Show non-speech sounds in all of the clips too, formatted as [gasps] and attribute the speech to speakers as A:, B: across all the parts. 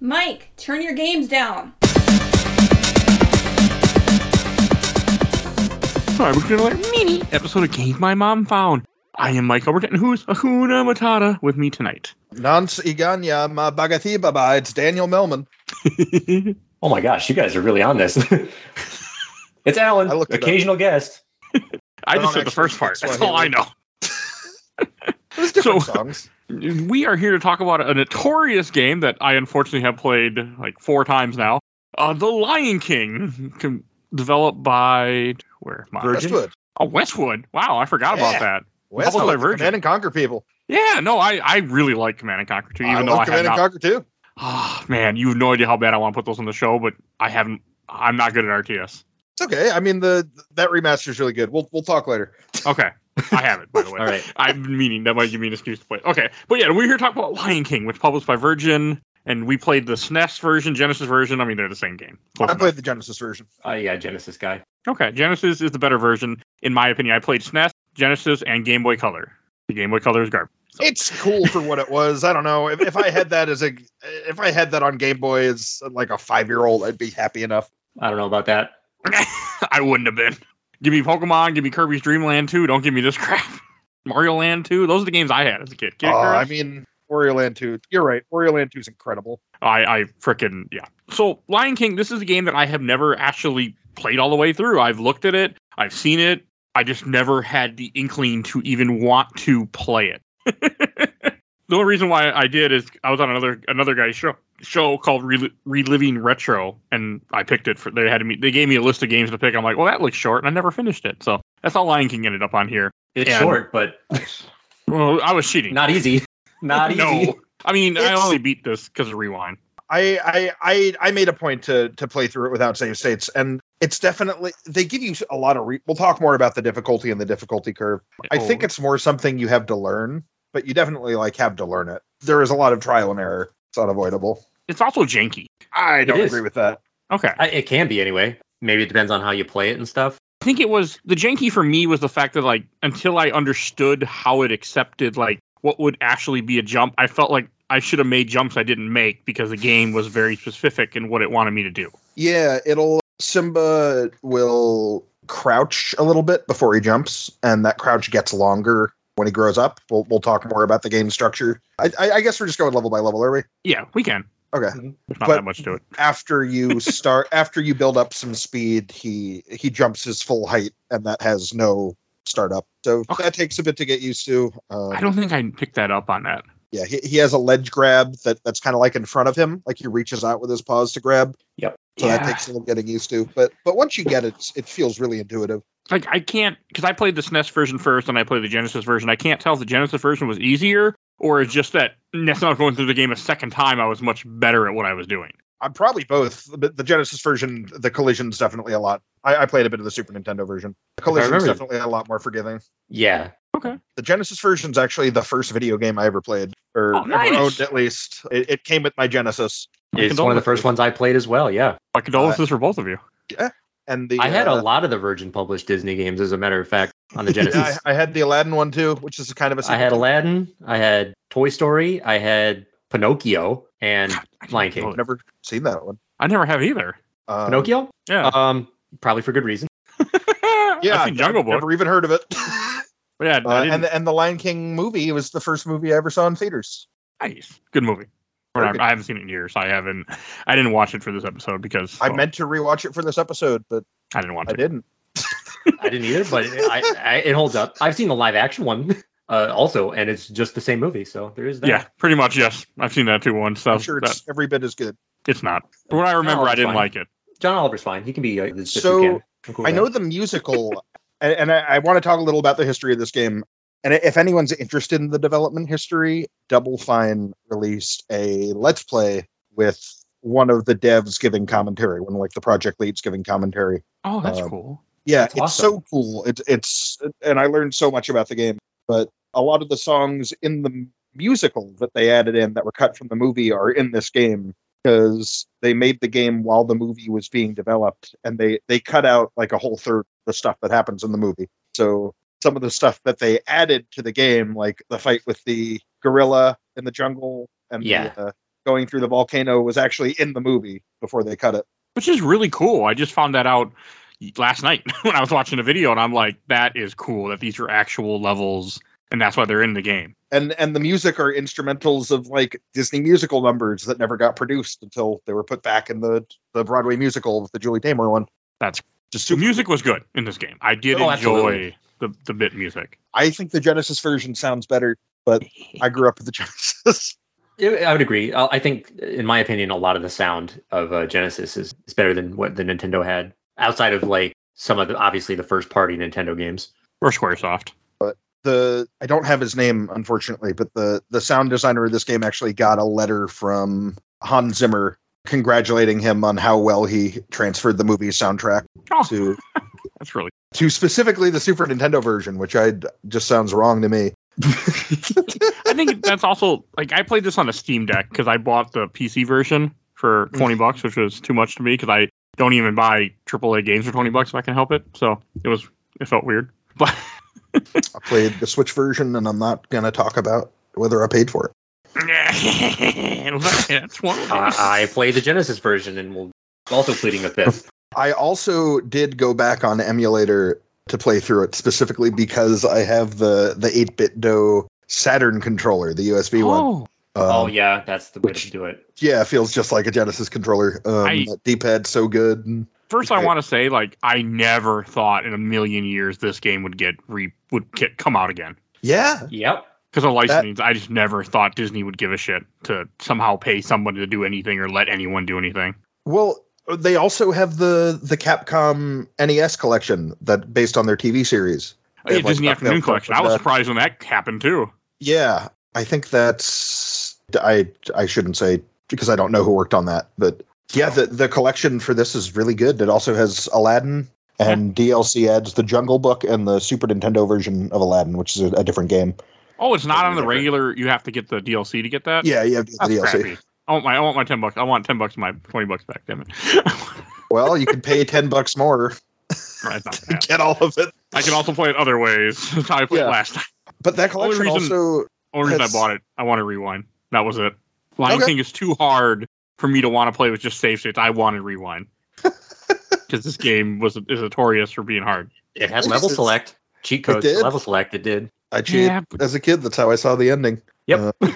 A: Mike, turn your games down.
B: Hi, we're doing another mini episode of Game My Mom Found. I am Mike Albert, and who's Ahuna Matata with me tonight?
C: Nance Iganya Ma Bagathi Baba. It's Daniel Melman.
D: Oh my gosh, you guys are really on this. [laughs] it's Alan,
C: I looked it up.
D: occasional guest.
B: I
C: I
B: just
C: don't
B: said the
C: actually
B: first
C: speak
B: part. That's
C: Swahili.
B: all I know.
C: There's different
B: So-
C: songs.
B: We are here to talk about a notorious game that I unfortunately have played like four times now. Uh, the Lion King, com- developed by where? am I?
D: Virgin?
C: Westwood.
B: Oh, Westwood. Wow, I forgot
C: Yeah.
B: about that.
C: Westwood.
B: by Virgin.
C: Command and Conquer people.
B: Yeah, no, I, I really like Command and Conquer too, even though
C: love
B: I have
C: Command
B: not.
C: and Conquer too.
B: Ah, man, you have no idea how bad I want to put those on the show, but I haven't. I'm not good at RTS.
C: It's okay. I mean, the that remaster is really good. We'll we'll talk later.
B: Okay. I have it, by
D: [laughs]
B: the way.
D: All right.
B: I'm meaning that might give me an excuse to play. it. Okay. But yeah, we're here talking about Lion King, which published by Virgin, and we played the SNES version, Genesis version. I mean, they're the same game. Close
C: I
B: enough.
C: played the Genesis version.
D: Oh yeah, Genesis guy.
B: okay. Genesis is the better version, in my opinion. I played SNES, Genesis, and Game Boy Color. The Game Boy Color is garbage. [laughs] So-
C: It's cool for what it was. I don't know if, if I had that as a if I had that on Game Boy as like a five year old, I'd be happy enough.
D: I don't know about that.
B: I wouldn't have been. Give me Pokemon, give me Kirby's Dream Land 2. Don't give me this [laughs] crap. Mario Land 2. Those are the games I had as a kid. Kid
C: Oh,
B: Icarus?
C: I mean, Wario Land Two. You're right. Wario Land Two is incredible.
B: I, I freaking yeah. So Lion King, this is a game that I have never actually played all the way through. I've looked at it, I've seen it. I just never had the inkling to even want to play it. [laughs] the only reason why I did is I was on another another guy's show show called Rel- Reliving Retro, and I picked it for they had me they gave me a list of games to pick. I'm like, well, that looks short, and I never finished it. So that's how Lion King ended up on here.
D: It's
B: Yeah.
D: short, but
B: Well, I was cheating.
D: not easy. [laughs] Not easy.
B: No, I mean I
C: It's-
B: only beat this because of rewind.
C: I I I I made a point to to play through it without save states, and it's definitely they give you a lot of. Re- we'll talk more about the difficulty and the difficulty curve. I think
B: Oh.
C: it's more something you have to learn, but you definitely like have to learn it. There is a lot of trial and error. It's unavoidable.
B: it's also janky.
C: I don't
D: is.
C: agree with that.
B: Okay.
D: I, it can be anyway. Maybe it depends on how you play it and stuff.
B: I think it was the janky for me was the fact that like until I understood how it accepted like what would actually be a jump, I felt like I should have made jumps I didn't make because the game was very specific in what it wanted me to do.
C: Yeah, it'll Simba will crouch a little bit before he jumps, and that crouch gets longer when he grows up. We'll we'll talk more about the game structure. I I, I guess we're just going level by level, are we?
B: Yeah, we can.
C: Okay.
B: There's not
C: But-
B: that much to it.
C: after you start after you build up some speed he he jumps his full height and that has no startup so
B: Okay.
C: that takes a bit to get used to um,
B: I don't think I picked that up on that.
C: yeah he, he has a ledge grab that that's kind of like in front of him like he reaches out with his paws to grab so that takes a little getting used to but but once you get it it's- it feels really intuitive
B: like I can't because I played the SNES version first and I played the Genesis version. I can't tell if the Genesis version was easier or it's just that that's not going through the game a second time. I was much better at what I was doing.
C: i'm probably both but the genesis version the collision's definitely a lot i, I played a bit of the super nintendo version the collision's
D: remember-
C: definitely a lot more forgiving
D: Yeah.
C: the Genesis version's actually the first video game I ever played, or
B: Oh, nice.
C: ever owned at least. It, it came with my Genesis,
D: It's one of the
B: condolences.
D: first ones I played as well. Yeah.
B: My condolences for both of you.
C: and the
D: I had a
C: uh,
D: lot of the Virgin published Disney games, as a matter of fact, on the
C: [laughs]
D: Genesis.
C: yeah, I, I had the Aladdin one too, which is kind of a
D: I had
C: sequel.
D: Aladdin, I had Toy Story, I had Pinocchio, and
C: Um,
D: Lion King.
C: I've never seen that one.
B: I never have either.
C: Um,
D: Pinocchio?
B: Yeah. [laughs]
D: Um, probably for good reason.
C: Yeah,
B: I've seen Jungle Book.
C: Never even heard of it. [laughs]
B: But yeah, I
C: Uh,
B: didn't-
C: and and the Lion King movie was the first movie I ever saw in theaters.
B: nice, good movie.
C: Very
B: I,
C: good.
B: I haven't seen it in years. I haven't. I didn't watch it for this episode because
C: I
D: Oh.
B: well,
C: meant to rewatch it for this episode, but
B: I didn't want
C: I
B: to.
C: didn't.
D: I didn't either, but it, I, I, it holds up. I've seen the live action one [laughs] uh, also, and it's just the same movie. So there is that.
B: Yeah, pretty much. Yes, I've seen that too once. So
C: I'm sure it's every bit as good.
B: that- it's not. From what I remember,
D: No,
B: I
D: it's
B: didn't
D: fine.
B: like it.
D: John Oliver's fine. He can be. Uh, the best
C: So,
D: he can. I'm cool
C: I
D: with
C: know
D: that.
C: the musical, [laughs] and, and I, I want to talk a little about the history of this game. And if anyone's interested in the development history, Double Fine released a Let's Play with one of the devs giving commentary, one of, like the project leads giving commentary.
B: Oh, that's
C: Um,
B: cool.
C: Yeah,
D: That's
C: it's
D: awesome.
C: so cool. It, it's and I learned so much about the game. But a lot of the songs in the musical that they added in that were cut from the movie are in this game because they made the game while the movie was being developed, and they they cut out like a whole third of the stuff that happens in the movie. So some of the stuff that they added to the game, like the fight with the gorilla in the jungle and
D: Yeah.
C: the, uh, going through the volcano was actually in the movie before they cut it.
B: which is really cool. I just found that out last night [laughs] when I was watching a video, and I'm like, that is cool that these are actual levels, and that's why they're in the game.
C: And and the music are instrumentals of like Disney musical numbers that never got produced until they were put back in the the Broadway musical with the Julie Taymor one.
B: That's-
C: just
B: The
C: super.
B: music was good in this game. I did
D: Oh,
B: enjoy
D: absolutely.
B: the, the bit music.
C: I think the Genesis version sounds better. I grew up with the Genesis. [laughs]
D: I would agree. Uh, I I think, in my opinion, a lot of the sound of uh, Genesis is, is better than what the Nintendo had, outside of like some of the obviously the first party Nintendo games.
B: or SquareSoft.
C: the I don't have his name unfortunately, but the the sound designer of this game actually got a letter from Hans Zimmer congratulating him on how well he transferred the movie soundtrack
B: Oh,
C: to
B: that's really
C: to specifically the Super Nintendo version, which I just sounds wrong to me.
B: I think that's also like I played this on a Steam Deck because I bought the PC version for twenty bucks, which was too much to me because I don't even buy AAA games for twenty bucks if I can help it. So it was it felt weird, [laughs] but
C: I played the Switch version, and I'm not gonna talk about whether I paid for it.
B: that's one.
D: I, I play the Genesis version and will also pleading with this.
C: I also did go back on emulator to play through it specifically because I have the the 8-bit Do Saturn controller, the USB one.
B: Oh,
D: oh
C: Um,
D: yeah, that's the way to do it.
C: yeah, it feels just like a Genesis controller. Um,
B: I-
C: that D-pad so good. And
B: first I want to say like I never thought in a million years this game would get re would get, come out again
C: yeah,
D: Yep.
B: because of licensing. I just never thought Disney would give a shit to somehow pay someone to do anything or let anyone do anything.
C: well, they also have the the Capcom NES collection that based on their TV series. They
B: Oh, Yeah,
C: have, like,
B: Disney
C: Duck
B: Afternoon
C: Duck
B: Collection.
C: Duck
B: I was
C: Duck.
B: surprised when that happened too.
C: Yeah, I think that's I I shouldn't say because I don't know who worked on that, but yeah, the the collection for this is really good. It also has Aladdin and DLC adds the Jungle Book and the Super Nintendo version of Aladdin, which is a, a different game.
B: Oh, it's not
D: Totally
B: on the
D: different.
B: regular. You have to get the DLC to get that.
C: Yeah, you have the
B: That's
C: DLC.
B: crappy. I want my I want my ten bucks. I want ten bucks. of My twenty bucks back. Damn it. [laughs]
C: Well, you can pay ten bucks more
B: Right, not
C: to
B: bad.
C: get all of it.
B: I can also play it other ways. [laughs] That's how I played
C: Yeah.
B: last time.
C: But that
B: Only
C: collection
B: reason-
C: also
B: Only reason I
C: That's-
B: bought it. I want to rewind. That was it. Lion
C: Okay.
B: King is too hard for me to want to play with just save states. I wanted
C: [laughs]
B: rewind because this game was is notorious for being hard.
D: It had level
C: Genesis.
D: select cheat codes.
C: did?
D: Level select. It did.
C: I cheated
B: but-
C: as a kid. That's how I saw the ending.
D: I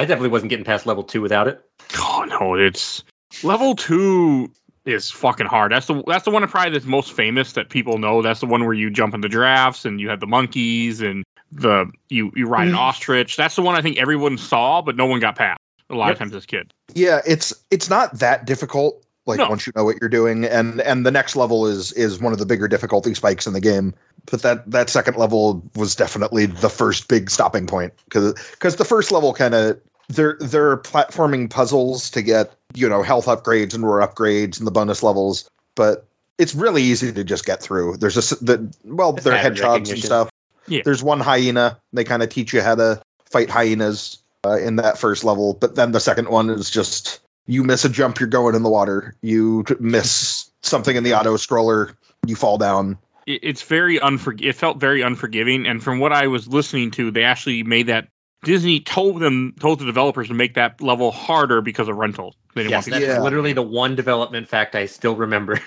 D: definitely wasn't getting past level two without it.
B: Oh no, it's level two is fucking hard. That's the that's the one probably that's most famous that people know. That's the one where you jump in the drafts and you have the monkeys and the you you ride an
C: Mhm.
B: ostrich. That's the one I think everyone saw, but no one got past. A lot
D: Yep.
B: of times as kid.
C: Yeah, it's it's not that difficult. Like
B: No.
C: once you know what you're doing, and and the next level is is one of the bigger difficulty spikes in the game. But that that second level was definitely the first big stopping point because because the first level kind of they're they're platforming puzzles to get you know health upgrades and rare upgrades and the bonus levels, but it's really easy to just get through. There's a s- the well,
D: It's
C: they're
D: pattern
C: hedgehogs and
D: recognition.
C: stuff.
B: Yeah.
C: There's one hyena. They kind of teach you how to fight hyenas uh, in that first level, but then the second one is just you miss a jump, you're going in the water. You t- miss something in the auto scroller, you fall down.
B: It, it's very unforg. It felt very unforgiving. And from what I was listening to, they actually made that Disney told them told the developers to make that level harder because of rentals. They didn't
D: Yes,
B: want
D: that's
B: people.
C: Yeah.
D: literally the one development fact I still remember.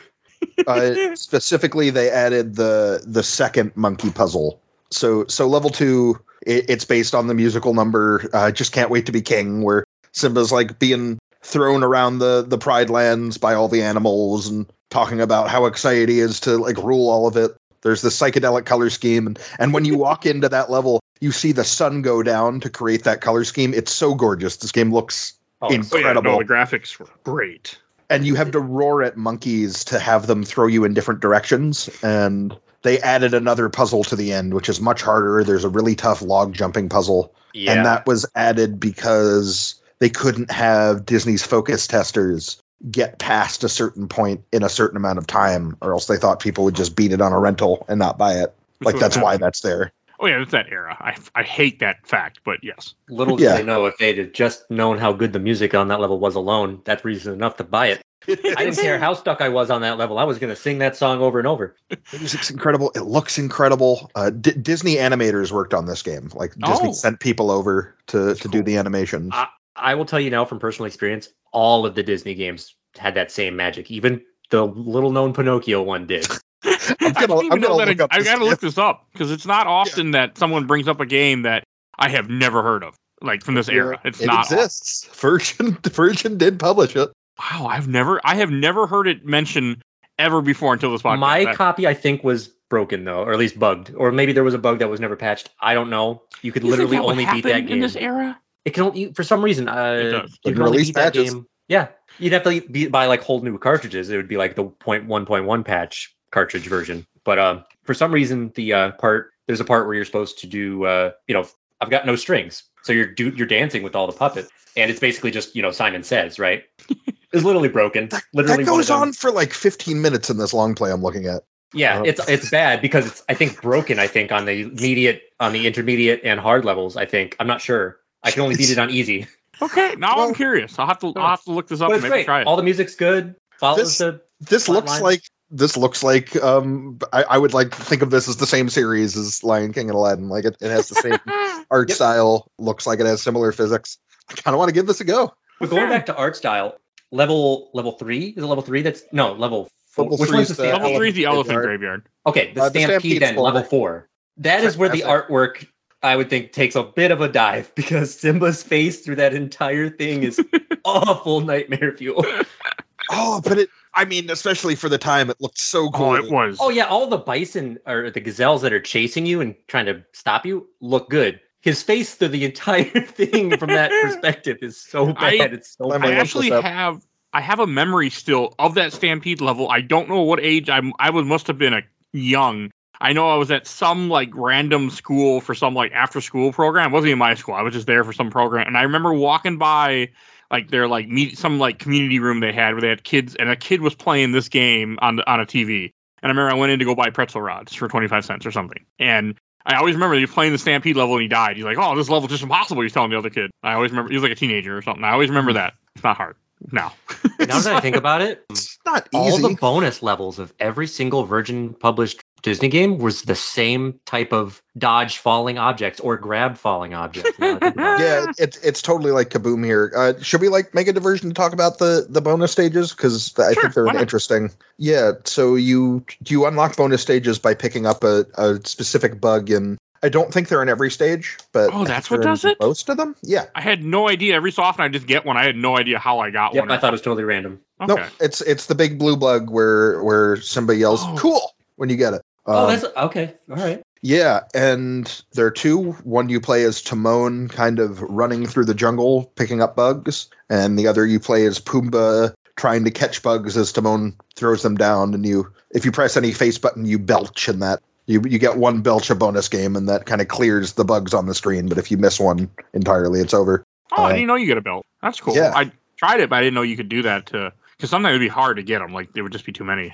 C: Uh, specifically, they added the the second monkey puzzle. So so level two, it, it's based on the musical number. Uh, just can't wait to be king, where Simba's like being thrown around the the Pride Lands by all the animals and talking about how excited he is to like rule all of it. There's the psychedelic color scheme, and and when you walk into that level, you see the sun go down to create that color scheme. It's so gorgeous. This game looks
D: Oh, it's-
B: [laughs] Oh, yeah, no,
C: incredible.
B: the graphics were great.
C: and you have to roar at monkeys to have them throw you in different directions and they added another puzzle to the end which is much harder there's a really tough log jumping puzzle
D: yeah.
C: and that was added because they couldn't have disney's focus testers get past a certain point in a certain amount of time or else they thought people would just beat it on a rental and not buy it like that's why that's there
B: Oh yeah, that's that era. I I hate that fact, but yes.
D: Little did
C: Yeah.
D: they know if they'd have just known how good the music on that level was alone, that's reason enough to buy it. [laughs] I didn't care how stuck I was on that level. I was going to sing that song over and over.
C: The music's incredible. It looks incredible. Uh, D- Disney animators worked on this game. Like Disney
B: Oh.
C: sent people over to to do
B: cool. Ah,
C: the animation.
D: I, I will tell you now from personal experience, all of the Disney games had that same magic. Even the little known Pinocchio
B: [laughs]
D: one did.
B: I'm
E: gonna-
B: gonna, I
E: I'm
B: am
E: gonna
B: going to
E: look up
B: I
E: this
B: gotta
E: game.
B: look this up because it's not often that someone brings up a game that I have never heard of, like from this era. It's
C: it
B: not often.
C: exists. Virgin [laughs] Virgin did publish it.
B: Wow, I've never I have never heard it mentioned ever before until this podcast.
D: My
B: That- [laughs]
D: copy, I think, was broken though, or at least bugged, or maybe there was a bug that was never patched. I don't know. You could
B: You think
D: literally
B: that would
D: only beat
B: happen
D: that
B: in
D: game.
B: this era.
D: It can only, for some reason, uh,
B: It does.
D: you
C: They
D: can only
C: release
D: beat that
C: patches.
D: game. Yeah, you'd have to be, buy like whole new cartridges. It would be like the point one point one patch cartridge version. But um, for some reason, the uh, part there's a part where you're supposed to do, uh, you know, I've got no strings, so you're do, you're dancing with all the puppets, and it's basically just you know Simon Says,
C: [laughs]
D: right? it's literally broken. Literally
C: That
D: one of
C: goes
D: them-
C: on for like 15 minutes in this long play I'm looking at.
D: Yeah,
C: Oh.
D: it's it's bad because it's I think broken. I think on the immediate, on the intermediate, and hard levels. I think I'm not sure. I can only beat it on easy,
B: Okay, now I'm
C: Well-
B: curious. I'll have to I'll have to look this up
D: but
B: and
D: it's
B: maybe
D: great.
B: try it.
D: All the music's good.
C: This-
D: Follows the
C: This
D: Flat
C: looks
D: line.
C: like this looks like um I, I would like to think of this as the same series as Lion King and Aladdin. Like it, it has the [laughs] same art
D: Yep.
C: style, looks like it has similar physics. I kind of want to give this a go.
D: But going
B: Okay.
D: back to art style, level level three is it level three? That's no level. Four.
C: Level
D: Which
C: three
D: one's the
C: is
D: stamp?
B: Level
C: Elephant
B: three is the elephant
C: Graveyard.
B: graveyard.
D: Okay, the
C: Uh, the
D: stampede,
C: Stampede's
D: then
C: full
D: level
C: art.
D: four. That is where the
C: Fantastic.
D: artwork I would think takes a bit of a dive [laughs] because Simba's face through that entire thing
C: [laughs]
D: is awful nightmare fuel.
C: Oh, but it I mean, especially for the time, it looked so cool.
B: Oh, it was.
D: Oh yeah, all the bison or the gazelles that are chasing you and trying to stop you look good. His face through the entire [laughs] thing
C: [laughs]
D: from that perspective is so bad.
B: I-
D: it's so
C: I'm
B: I
C: gonna
D: bad.
C: look
B: actually
C: this up.
B: have I have a memory still of that stampede level. I don't know what age I'm. I was must have been a young. I know I was at some like random school for some like after school program. It wasn't even my school. I was just there for some program, and I remember walking by like their like meet some like community room they had where they had kids, and a kid was playing this game on on a TV. And I remember I went in to go buy pretzel rods for twenty five cents or something, and I always remember he was playing the Stampede level and he died. He's like, "Oh, this level's just impossible." He's telling the other kid. I always remember he was like a teenager or something. I always remember
C: Hmm.
B: that. It's not hard. No,
D: Now that I think about it,
C: It's not
D: all
C: easy.
D: the bonus levels of every single Virgin published Disney game was the same type of dodge falling objects or grab falling objects. now that I think about it.
B: Ah.
C: yeah, it's it's totally like kaboom here. Uh, should we like make a diversion to talk about the the bonus stages because I
B: Sure,
C: think they're
B: why not?
C: interesting. Yeah, so you you unlock bonus stages by picking up a, a specific bug in. I don't think they're in every stage, but
B: Oh,
C: I think
B: that's what
C: they're in
B: does it?
C: Most of them, yeah.
B: I had no idea. Every so often I just get one. I had no idea how I got
D: [laughs] Yep,
B: one.
D: I thought it was totally random.
B: okay.
C: No, it's it's the big blue bug where where Simba yells
B: Oh.
C: "cool" when you get it.
D: oh,
C: Um,
D: that's okay. All right.
C: Yeah, and there are two. One you play as Timon, kind of running through the jungle picking up bugs, and the other you play as Pumbaa trying to catch bugs as Timon throws them down. And you, if you press any face button, you belch, and that you you get one belch a bonus game, and that kind of clears the bugs on the screen. But if you miss one entirely, it's over.
B: Oh, I
C: Uh,
B: didn't know you get a belt. That's cool.
C: yeah.
B: I tried it, but I didn't know you could do that to. Because sometimes it'd be hard to get them. Like there would just be too many.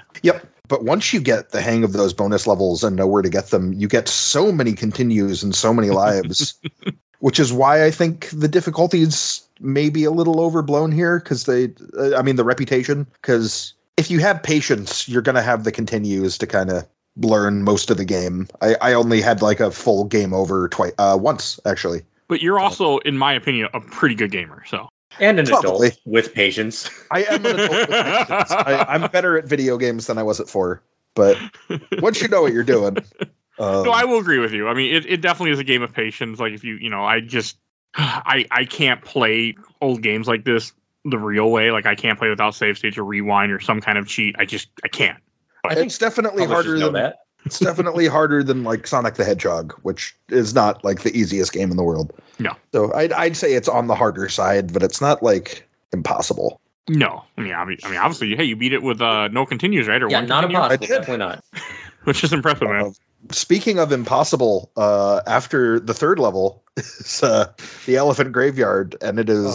C: But once you get the hang of those bonus levels and know where to get them, you get so many continues and so many lives, which is why I think the difficulties may be a little overblown here because they, uh, I mean, the reputation. Because if you have patience, you're going to have the continues to kind of learn most of the game. I, I only had like a full game over twice, uh, once actually.
B: But you're also, in my opinion, a pretty good gamer. So
D: And an
C: Probably.
D: adult with patience.
C: I am an adult with patience. I, I'm better at video games than I was at four, but once you know what you're doing. Um,
B: no, I will agree with you. I mean, it, it definitely is a game of patience. Like if you, you know, I just, [sighs] I I can't play old games like this the real way. Like I can't play without save states or rewind or some kind of cheat. I just I can't.
D: I think
C: it's definitely
D: publishers
C: harder
D: know
C: than
D: that.
C: [laughs] it's definitely harder than like Sonic the Hedgehog, which is not like the easiest game in the world.
B: No.
C: So I'd I'd say it's on the harder side, but it's not like impossible.
B: No, I mean, obvi- I mean, obviously, hey, you beat it with uh, no continues, right? Or
D: Yeah,
B: one
D: not
B: continue,
D: impossible.
C: did.
D: Definitely not.
B: which is impressive, man.
C: Uh, speaking of impossible, uh, after the third level [laughs] is uh, the Elephant Graveyard, and it is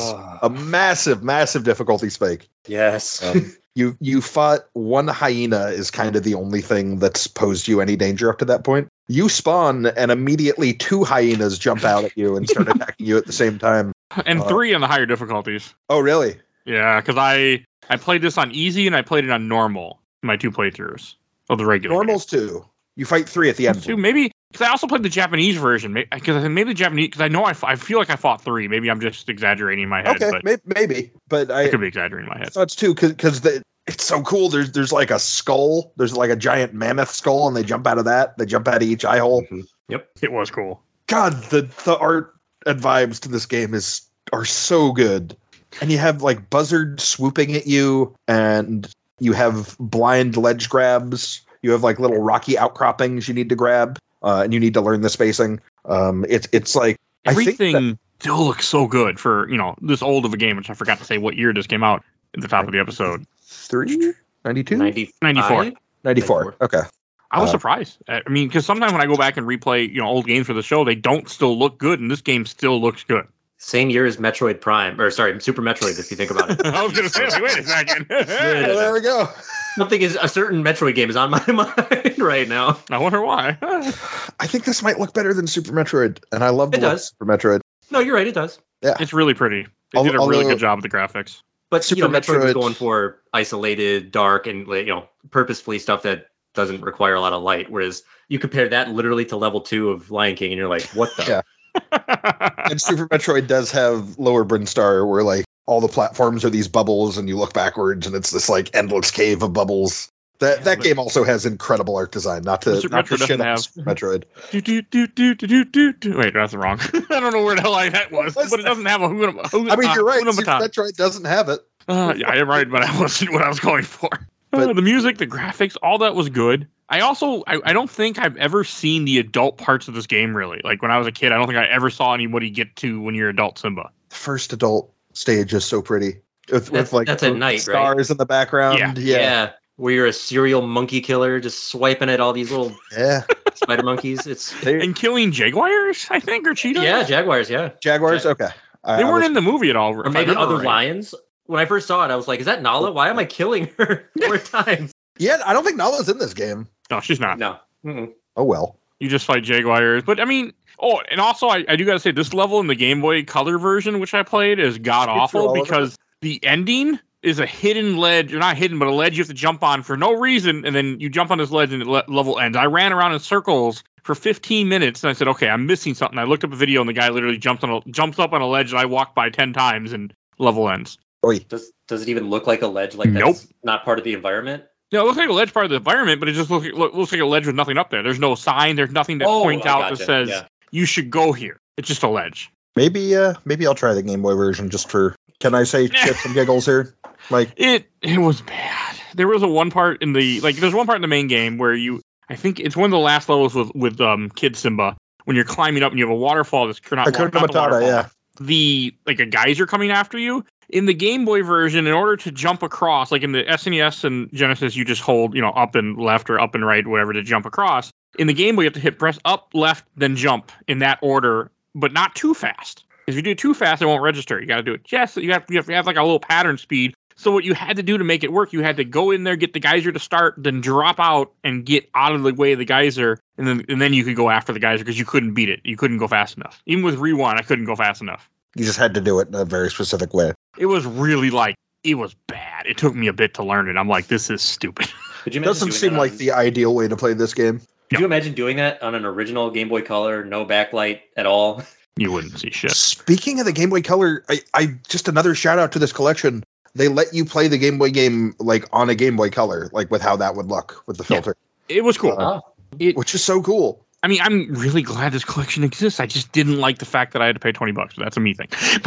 C: a massive, massive difficulty spike.
D: Ah. yes.
B: [laughs]
C: Um, you you fought one hyena is kind of the only thing that's posed you any danger up to that point. You spawn and immediately two hyenas jump out at
B: [laughs]
C: you and start attacking you at the same time.
B: and
C: uh,
B: three on the higher difficulties.
C: Oh really?
B: Yeah, because I I played this on easy and I played it on normal. My two playthroughs of the regular.
C: Normals two. You fight three at the
B: game.
C: end.
B: Two, maybe Because I also played the Japanese version. Because maybe the Japanese. Because I know I, f- I feel like I fought three. Maybe I'm just exaggerating in my head.
C: okay,
B: but
C: may- maybe, but I,
B: I could be exaggerating in my head.
C: So it's two because it's so cool. There's there's like a skull. There's like a giant mammoth skull, and they jump out of that. They jump out of each eye hole.
D: Mhm. Yep.
B: It was cool.
C: God, the the art and vibes to this game is are so good. And you have like buzzard swooping at you, and you have blind ledge grabs. You have like little rocky outcroppings you need to grab, uh, and you need to learn the spacing. Um, it's it's like I think that-
B: Everything still looks so good for you know this old of a game, which I forgot to say what year this came out at the top of the episode.
C: 30, 92,
D: 90,
B: 94.
C: 94. Okay.
B: I was
C: Uh,
B: surprised. I I mean, because sometimes when I go back and replay, you know, old games for the show, they don't still look good, and this game still looks good. [laughs]
D: Same year as Metroid Prime, or sorry, Super Metroid. If you think [laughs] about it,
B: I was gonna say, like, wait a second. [laughs]
D: Yeah.
C: [laughs] Well, there we go.
D: something is a certain Metroid game is on my [laughs] mind right now.
B: I wonder why. [laughs]
C: I think this might look better than Super Metroid, and I love the
D: It
C: look of
D: does.
C: Super Metroid.
D: No, you're right. It does.
B: it's really pretty. They did a
C: Although-
B: really good job with the
C: [laughs]
B: graphics. [laughs]
D: But you
C: Super
D: know, Metroid was
C: Metroid-
D: going for isolated, dark, and like, you know, purposefully stuff that doesn't require a lot of light. Whereas you compare that literally to level two of Lion King, and you're like, what the?
C: Yeah. And Super Metroid does have lower Bryn Star, where like all the platforms are these bubbles, and you look backwards, and it's this like endless cave of bubbles. That
D: Yeah,
C: that
D: but-
C: game also has incredible art design. Not to
B: Super
C: not to
B: Metroid
C: shit
B: doesn't
C: on
B: have- [laughs]
C: Super Metroid.
B: do, do, do, do, do, do, do, do. Wait, that's wrong. [laughs] I don't know where the hell I, that was,
C: What's
B: but it doesn't have a hoon.
C: I mean, you're right. Super
B: Uh,
C: Metroid doesn't have it.
B: yeah, I'm right, but I wasn't what I was going for.
C: But-
B: Uh, the music, the graphics, all that was good. I also, I, I don't think I've ever seen the adult parts of this game really. Like when I was a kid, I don't think I ever saw anybody get to when you're adult Simba.
C: The first adult stage is so pretty with,
D: That's-
C: with like
D: that's at night, right?
C: stars in the background.
B: Yeah.
C: [laughs] yeah, yeah.
D: Where you're a serial monkey killer, just swiping at all these little
C: [laughs]
D: spider monkeys. It's
C: They-
B: And killing jaguars, I think, or cheetahs.
D: yeah, jaguars. Yeah,
C: Jaguars.
D: Ja-
C: Okay, I-
B: They
C: I
B: weren't
C: was-
B: in the movie at all.
D: or maybe other lions. When I first saw it, I was like, is that Nala? Why am I killing her [laughs]
B: [laughs]
D: four times?
C: Yeah, I don't think Nala's in this game.
B: No, she's not.
D: No. Mm-mm.
C: Oh well.
B: You just fight jaguars. But I mean, oh, and also I, I do gotta say this level in the Game Boy Color version, which I played, is god
C: all
B: awful
C: of it?
B: because the ending is a hidden ledge, or not hidden, but a ledge you have to jump on for no reason, and then you jump on this ledge and the le- level ends. I ran around in circles for 15 minutes, and I said, "Okay, I'm missing something." I looked up a video, and the guy literally jumps on a, jumps up on a ledge that I walked by 10 times, and level ends.
C: Oi.
D: Does does it even look like a ledge? Like
B: Nope.
D: that's not part of the environment.
B: No, it looks like a ledge part of the environment, but it just looks look, looks like a ledge with nothing up there. There's no sign. There's nothing that points
D: Oh, I
B: out
D: gotcha.
B: that says
D: Yeah.
B: you should go here. It's just a ledge.
C: Maybe uh maybe I'll try the Game Boy version just for can
B: [laughs]
C: I say chips and giggles here? Like
B: It it was bad. There was a one part in the like there's one part in the main game where you I think it's one of the last levels with with um Kid Simba when you're climbing up and you have a waterfall that's not,
C: Hakuna
B: not the
C: Matata,
B: waterfall,
C: yeah.
B: the like a geyser coming after you. In the Game Boy version, in order to jump across, like in the SNES and Genesis, you just hold, you know, up and left or up and right, whatever to jump across. In the Game Boy, you have to hit press up, left, then jump in that order, but not too fast. If you do it too fast, it won't register. You got to do it just. You have, you have to have like a little pattern speed. So what you had to do to make it work, you had to go in there, get the geyser to start, then drop out and get out of the way of the geyser, and then and then you could go after the geyser because you couldn't beat it. You couldn't go fast enough. Even with rewind, I couldn't go fast enough
C: you just had to do it in a very specific way.
B: it was really like it was bad. It took me a bit to learn it. I'm like, this is stupid. [laughs]
D: Could you imagine
C: Doesn't
D: doing
C: seem
D: that
C: like
D: on-
C: the ideal way to play this game.
D: Could you imagine doing that on an original Game Boy Color, no backlight at all? [laughs]
B: You wouldn't see shit.
C: Speaking of the Game Boy Color, I, I just another shout out to this collection. They let you play the Game Boy game like on a Game Boy Color, like with how that would look with the
B: Yeah.
C: filter,
B: It was cool.
C: Uh-huh.
D: Oh.
C: which is so cool.
B: I mean, I'm really glad this collection exists. I just didn't like the fact that I had to pay 20 bucks, but that's a me thing. [laughs]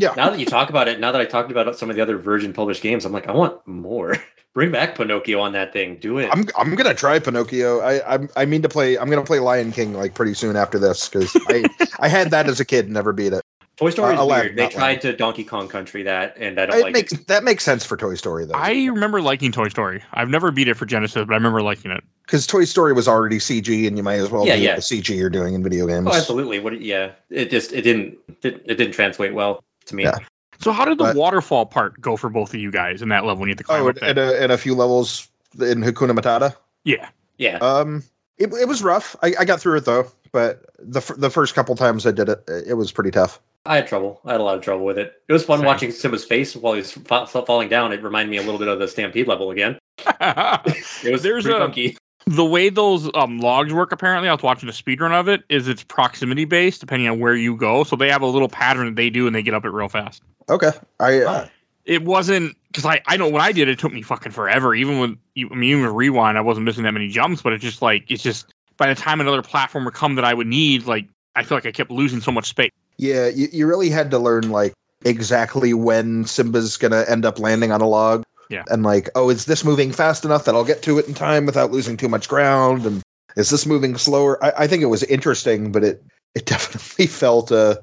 D: Now that you talk about it, now that I talked about some of the other Virgin published games, I'm like, I want more. [laughs] Bring back Pinocchio on that thing. Do it.
C: I'm I'm gonna try Pinocchio. I I, I mean to play. I'm gonna play Lion King like pretty soon after this because I [laughs] I had that as a kid, and never beat it.
D: Toy Story
C: Uh,
D: is
C: allowed,
D: weird. They
C: not
D: tried to Donkey Kong Country that, and I don't
C: It
D: like
C: makes
D: it.
C: that makes sense for Toy Story though.
B: I remember liking Toy Story. I've never beat it for Genesis, but I remember liking it.
C: because Toy Story was already CG, and you might as well
D: Yeah,
C: do
D: yeah.
C: the CG you're doing in video games.
D: Oh, absolutely. What? Yeah, it just it didn't it, it didn't translate well to me.
C: Yeah.
B: So how did the
C: But-
B: waterfall part go for both of you guys in that level when you had to climb
C: oh,
B: up
C: and,
B: that?
C: and, a, and a few levels in Hakuna Matata.
B: yeah.
D: Yeah.
C: Um, it, it was rough. I, I got through it though, but the f- the first couple times I did it, it was pretty tough.
D: I had trouble. I had a lot of trouble with it. It was fun
B: Same.
D: watching Simba's face while he was
C: uh,
D: fa- fa- falling down. It reminded me a little bit of the Stampede level again. It was
B: There's
D: pretty
B: a-
D: funky.
B: [laughs] the way those um, logs work apparently i was watching a speedrun of it is it's proximity based depending on where you go so they have a little pattern that they do and they get up it real fast
C: Okay. I
D: Wow.
B: it wasn't because I, I know when I did it, it took me fucking forever. Even when you- I mean, even with rewind, I wasn't missing that many jumps, but it's just like it's just by the time another platform would come that I would need, like I feel like I kept losing so much space.
C: yeah, you, you really had to learn like exactly when Simba's gonna end up landing on a log.
B: Yeah.
C: And like, oh, is this moving fast enough that I'll get to it in time without losing too much ground? And is this moving slower? I, I think it was interesting, but it it [laughs] definitely felt uh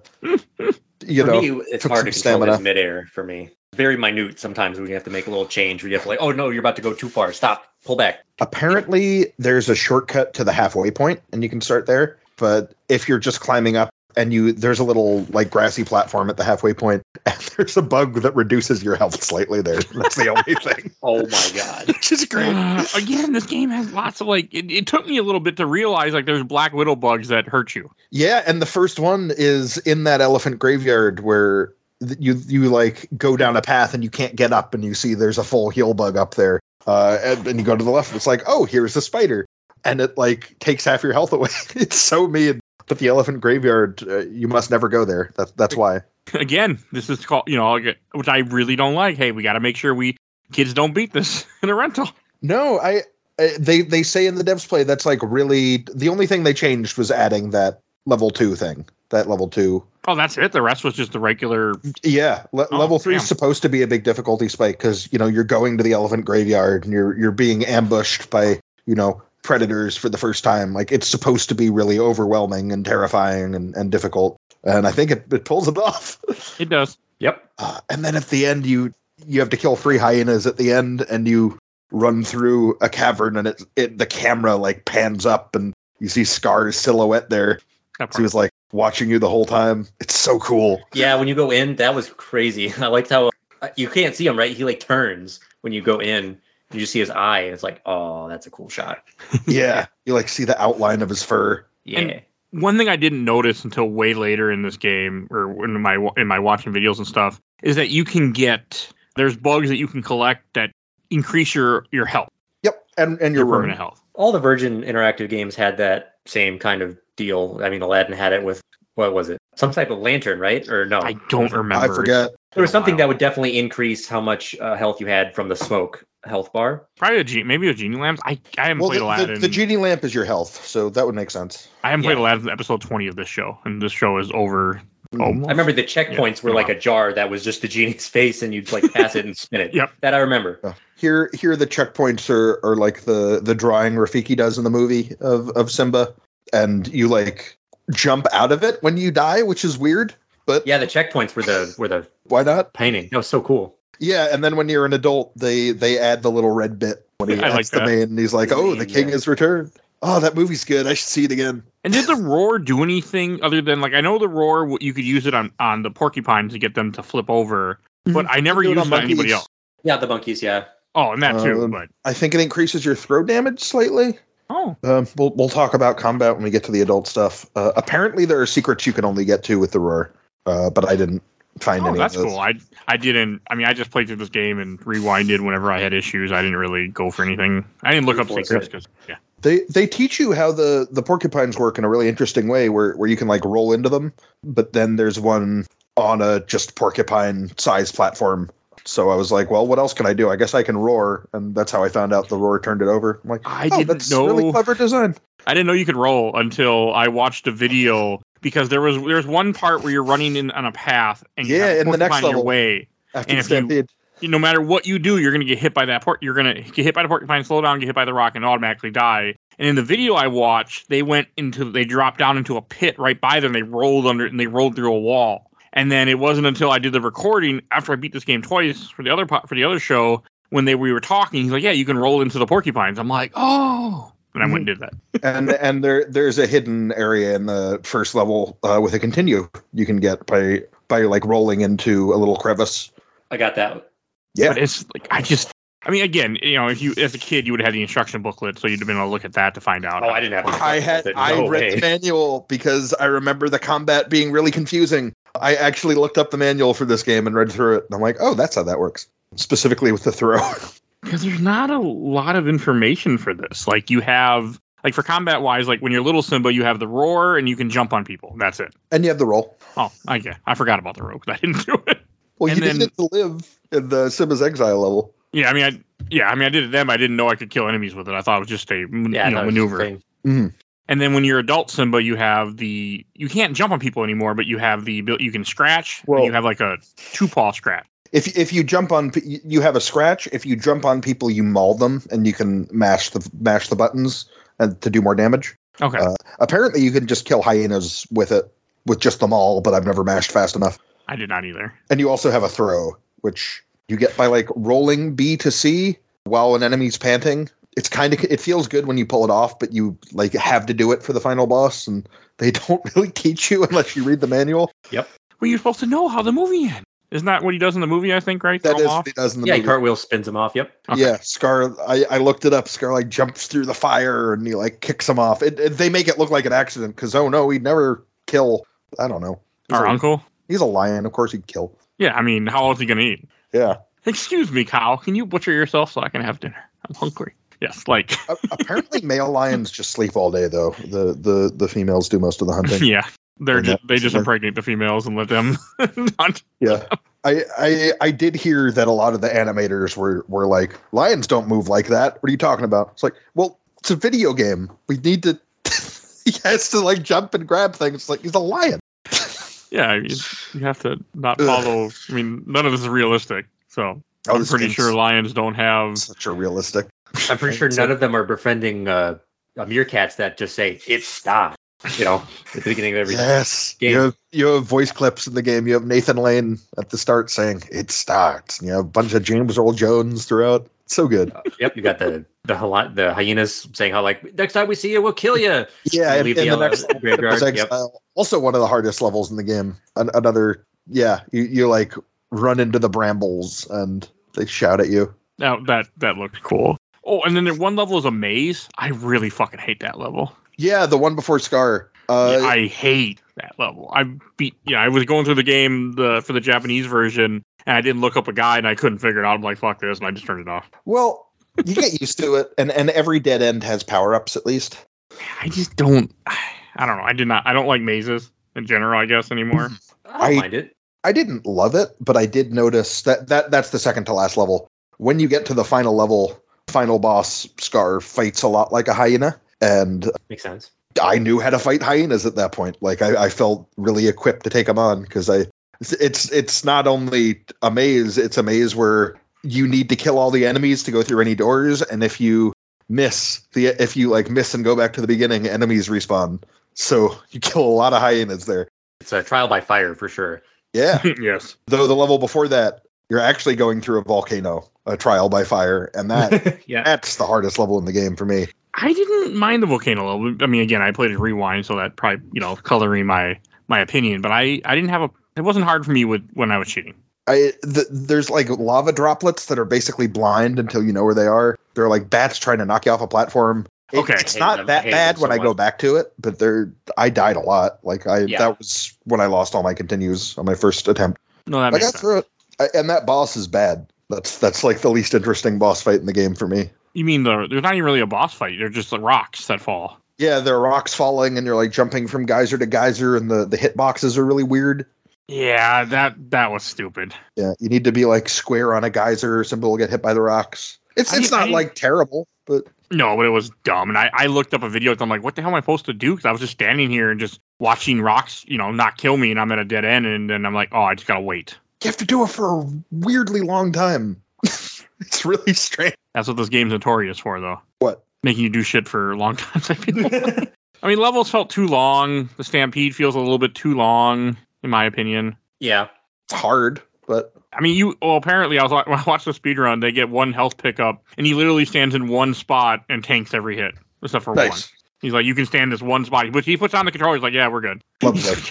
C: you
D: for
C: know
D: me, it's
C: took
D: hard to
C: some
D: control
C: stamina.
D: this midair for me. Very minute sometimes when you have to make a little change where you have to like, oh no, you're about to go too far. Stop, pull back.
C: apparently there's a shortcut to the halfway point and you can start there but if you're just climbing up and you there's a little like grassy platform at the halfway point [laughs] and there's a bug that reduces your health slightly there that's the only [laughs] thing
D: Oh my god.
C: which is great
B: Uh, [sighs] again, this game has lots of like it, it took me a little bit to realize like there's black widow bugs that hurt you. [laughs]
C: yeah and the first one is in that elephant graveyard where th- you you like go down a path and you can't get up and you see there's a full heel bug up there uh and, and you go to the left it's like oh here's the spider and it like takes half your health [laughs] away it's so mean but the elephant graveyard uh, you must never go there that, that's why
B: Again, this is called you know like, which I really don't like. Hey, we got to make sure we kids don't beat this [laughs] in a rental.
C: no i I- they they say in the devs play that's like really the only thing they changed was adding that level two thing that level two
B: Oh, that's it. The rest was just the regular.
C: Yeah, le-
B: Oh,
C: level three
B: damn.
C: is supposed to be a big difficulty spike because you know you're going to the elephant graveyard and you're you're being ambushed by you know predators for the first time. Like it's supposed to be really overwhelming and terrifying and, and difficult. And I think it, it pulls it [laughs] off.
B: It does.
D: Yep.
C: Uh, and then at the end, you you have to kill three hyenas at the end, and you run through a cavern, and it, it the camera like pans up and you see Scar's silhouette there.
B: That
C: She
B: part.
C: was like watching you the whole time. It's so cool.
B: [laughs]
D: Yeah, when you go in, that was crazy. [laughs] I liked how uh, you can't see him, right? He like turns when you go in. You just see his eye, and it's like, oh, that's a cool shot.
C: yeah, you like see the outline of his fur.
D: Yeah.
B: And- one thing I didn't notice until way later in this game, or in my in my watching videos and stuff, is that you can get there's bugs that you can collect that increase your your health,
C: Yep, and and
B: your
C: your
B: permanent
C: room.
B: health.
D: All the Virgin Interactive games had that same kind of deal. I mean, Aladdin had it with what was it? Some type of lantern, right? Or no?
B: I don't
C: Oh, I
B: remember.
C: forget.
D: There was something that would definitely increase how much uh, health you had from the smoke health bar.
B: probably a genie, maybe a genie lamps. I I haven't
C: Well,
B: played
C: the, the,
B: Aladdin.
C: the genie lamp is your health, so that would make sense.
B: I haven't played
D: yeah.
B: Aladdin since episode twenty of this show, and this show is over.
C: Mhm.
B: almost-
D: I remember the checkpoints were like a jar that was just the genie's [laughs] face, and you'd like pass it and spin it.
B: Yep.
D: That I remember.
C: Here, here the checkpoints are, are like the the drawing Rafiki does in the movie of of Simba, and you like jump out of it when you die, which is weird. But
D: Yeah, the checkpoints were the were the
C: why not?
D: painting. That was so cool.
C: Yeah, and then when you're an adult, they they add the little red bit when he
B: [laughs] I like
C: hits the
B: that.
C: main. And he's like,
D: The
C: "Oh,
D: main,
C: the king
D: yeah.
C: is returned." Oh, that movie's good. I should see it again.
B: And did the roar do anything other than like I know the roar w- you could use it on on the porcupines to get them to flip over, but I never
C: Mm-hmm. Do it
B: used
C: on
B: it on anybody
C: monkeys.
B: else.
D: Yeah, the monkeys. Yeah,
B: Oh, and that too,
C: Um,
B: but
C: I think it increases your throw damage slightly.
B: oh,
C: Um, we'll we'll talk about combat when we get to the adult stuff. Uh, apparently, there are secrets you can only get to with the roar, uh, but I didn't find
B: Oh,
C: any.
B: that's
C: of those.
B: cool. I I didn't. I mean, I just played through this game and rewinded whenever I had issues. I didn't really go for anything. I didn't look up
D: Enforce
B: secrets
D: it.
B: because yeah,
C: They they teach you how the the porcupines work in a really interesting way, where where you can like roll into them, but then there's one on a just porcupine size platform. So I was like, well, what else can I do? I guess I can roar, and that's how I found out the roar turned it over. I'm like,
B: I
C: oh,
B: didn't
C: that's
B: know.
C: really clever design.
B: I didn't know you could roll until I watched a video because there was there's one part where you're running in on a path and you
C: Yeah,
B: have a
C: in the next
B: porcupine your
C: level.
B: way. And
C: After the
B: if you-
C: stampede,
B: You- No matter what you do, you're gonna get hit by that port. You're gonna get hit by the porcupine, slow down, get hit by the rock, and automatically die. And in the video I watched, they went into they dropped down into a pit right by them. They rolled under and they rolled through a wall. And then it wasn't until I did the recording after I beat this game twice for the other po- for the other show when they we were talking. He's like, "Yeah, you can roll into the porcupines." I'm like, "Oh!" And I went and did that.
C: and and there there's a hidden area in the first level uh, with a continue you can get by by like rolling into a little crevice.
D: I got that.
C: Yeah,
B: But it's like I just. I mean, again, you know, if you as a kid, you would have had the instruction booklet, so you'd have been able to look at that to find out.
D: Oh, I didn't have. To
C: I had I read the manual because I remember the combat being really confusing. I actually looked up the manual for this game and read through it, and I'm like, oh, that's how that works. Specifically with the throw. [laughs]
B: because there's not a lot of information for this. Like you have like for combat wise, like when you're little Simba, you have the roar and you can jump on people. That's it.
C: And you have the roll.
B: Oh, I yeah, I forgot about the roar 'cause [laughs] I didn't do it.
C: Well,
B: And
C: you didn't
B: then-
C: get to live in the Simba's Exile level.
B: Yeah, I mean, I yeah, I mean, I did it then, but I didn't know I could kill enemies with it. I thought it was just a m-
D: Yeah,
B: you know,
D: no, it's just a
B: maneuver.
D: thing.
B: And then when you're adult Simba, you have the you can't jump on people anymore, but you have the abil- you can scratch. Well,
C: Well-
B: you have like a two paw scratch.
C: If if you jump on, pe- you have a scratch. If you jump on people, you maul them, and you can mash the mash the buttons and to do more damage.
B: Okay,
C: Uh, Apparently, you can just kill hyenas with it with just the maul, but I've never mashed fast enough.
B: I did not either.
C: And you also have a throw, which you get by like rolling B to C while an enemy's panting. It's kind of it feels good when you pull it off, but you like have to do it for the final boss, and they [laughs] don't really teach you unless you read the manual.
B: Well, you're supposed to know how the movie ends. Isn't that what he does in the movie? I think right.
C: That
B: Throw him
C: is
B: off?
C: what he does in the
D: Yeah,
C: movie.
D: cartwheel spins him off. Yep.
B: Okay.
C: Yeah, Scar. I, I looked it up. Scar like jumps through the fire and he like kicks him off. It, it- they make it look like an accident because oh no, he'd never kill. I don't know. He's
B: our
C: a-
B: uncle.
C: He's a lion. Of course he'd kill.
B: Yeah, I mean, how else are you gonna eat?
C: Yeah.
B: Excuse me, Kyle. Can you butcher yourself so I can have dinner? I'm hungry. Yes, like [laughs]
C: A- Apparently, male lions just sleep all day though. The the the females do most of the hunting.
B: yeah, they're
C: And
B: just,
C: that-
B: they just
C: that-
B: impregnate the females and let them. [laughs] hunt.
C: [laughs] Yeah. I, I I did hear that a lot of the animators were were like, lions don't move like that. What are you talking about? It's like, well, it's a video game. We need to [laughs] he has to like jump and grab things. It's like he's a lion.
B: yeah, I mean, you have to not
C: Ugh.
B: follow. I mean, none of this is realistic. So
C: Oh,
B: I'm
C: this
B: pretty
C: game's
B: sure lions don't have.
C: such a realistic. [laughs]
D: I'm pretty sure none of them are befriending uh, uh, meerkats that just say it's time. You know, at the beginning of every [laughs]
C: Yes.
D: game.
C: You have you have voice clips in the game. You have Nathan Lane at the start saying, It starts. And you have a bunch of James Earl Jones throughout. So good.
D: Uh, Yep, you got the the hyla- the hyenas saying how like next time we see you, we'll kill you.
C: Yeah, and,
D: leave the,
C: and the
D: uh,
C: next
D: graveyard.
C: Crypto's [laughs]
D: Yep.
C: Exile, also one of the hardest levels in the game. An- another, yeah, you, you like run into the brambles and they shout at you.
B: Now that that looked cool. Oh, and then the one level is a maze. I really fucking hate that level.
C: Yeah, the one before Scar. Uh,
B: Yeah, I hate that level. I beat. Yeah, I was going through the game the for the Japanese version, and I didn't look up a guide, and I couldn't figure it out. I'm like, fuck this, and I just turned it off.
C: well, you get used to it, and and every dead end has power ups at least.
B: I just don't. I don't know. I did not. I don't like mazes in general. I guess anymore.
D: I don't
C: I-
D: mind it.
C: I didn't love it, but I did notice that that that's the second to last level. When you get to the final level, final boss Scar fights a lot like a hyena, and
D: Makes sense.
C: I knew how to fight hyenas at that point. Like I, I felt really equipped to take them on because I, it's it's not only a maze, it's a maze where you need to kill all the enemies to go through any doors, and if you miss the if you like miss and go back to the beginning, enemies respawn. So you kill a lot of hyenas there.
D: It's a trial by fire for sure.
C: Yeah.
B: yes.
C: Though the level before that, you're actually going through a volcano, a trial by fire, and
D: [laughs]
C: that
D: yeah.
C: that's the hardest level in the game for me.
B: I didn't mind the volcano level. I mean, again, I played it rewind, so that probably you know coloring my my opinion. But I I didn't have a. It wasn't hard for me with when I was cheating.
C: I th- there's like lava droplets that are basically blind until you know where they are. They're like bats trying to knock you off a platform. It-
B: Okay.
C: it's
D: Hate
C: not
D: them.
C: that
D: Hate
C: bad
D: them
C: when
D: so
C: I go
D: much.
C: back to it, but they're I died a lot. Like I
D: Yeah.
C: that was when I lost all my continues on my first attempt.
B: No, that
C: I
B: makes
C: got
B: sense.
C: through it, I, and that boss is bad. That's that's like the least interesting boss fight in the game for me.
B: You mean the? There's not even really a boss fight. They're just the rocks that fall.
C: Yeah, there are rocks falling, and you're like jumping from geyser to geyser, and the the hitboxes are really weird.
B: Yeah, that that was stupid.
C: Yeah, you need to be like square on a geyser, or somebody will get hit by the rocks. It's
B: I
C: it's
B: didn't- I
C: not
B: didn't-
C: like terrible, but
B: No, but it was dumb. And I, I looked up a video. And I'm like, what the hell am I supposed to do? Because I was just standing here and just watching rocks, you know, not kill me. And I'm at a dead end. And then I'm like, oh, I just gotta wait.
C: you have to do it for a weirdly long time. [laughs] it's really strange.
B: That's what this game's notorious for, though.
C: What?
B: Making you do shit for long [laughs] times. I feel.
D: [laughs]
B: I mean, levels felt too long. The stampede feels a little bit too long, in my opinion.
D: yeah.
C: It's hard, but
B: I mean, you. Well, apparently, I was [laughs] like, when I watched the speed run, they get one health pickup, and he literally stands in one spot and tanks every hit, except for one.
C: nice.
B: He's like, you can stand this one spot. But he puts on the controller. He's like, yeah, we're good.
C: Lovely.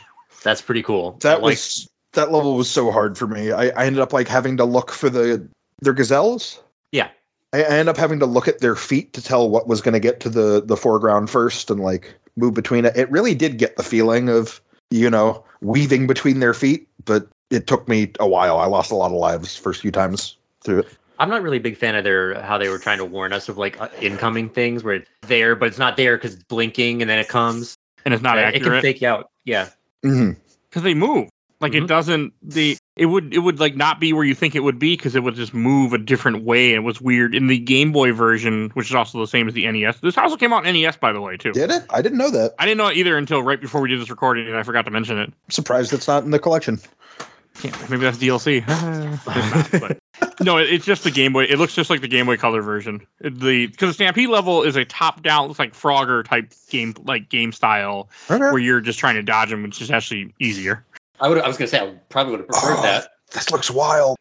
D: That's pretty cool. I
C: That
D: like-
C: was that level was so hard for me. I, I ended up like having to look for the their gazelles.
D: Yeah.
C: I, I ended up having to look at their feet to tell what was going to get to the the foreground first, and like move between it. It really did get the feeling of you know weaving between their feet, but it took me a while. I lost a lot of lives first few times through it.
D: I'm not really a big fan of their how they were trying to warn us of like uh, incoming things where it's there but it's not there because it's blinking and then it comes.
B: and it's not
D: Uh, It can
B: accurate
D: fake you out. Yeah.
C: Mhm.
B: because they move. Like it
D: Mhm.
B: doesn't the it would it would like not be where you think it would be because it would just move a different way. and It was weird in the Game Boy version, which is also the same as the NES. This also came out in NES by the way too.
C: Did it? I didn't know that.
B: I didn't know it either until right before we did this recording, and I forgot to mention it.
C: I'm surprised it's not in the collection.
B: Yeah, maybe that's [laughs] DLC. It's not, but- no, it, it's just the Game Boy. It looks just like the Game Boy Color version. It- the because the Stampede level is a top down, looks like Frogger type game like game style
C: Okay.
B: where you're just trying to dodge them, which is actually easier.
D: I would. I was gonna say I probably would have preferred
C: Oh.
D: that.
C: This looks [laughs] wild.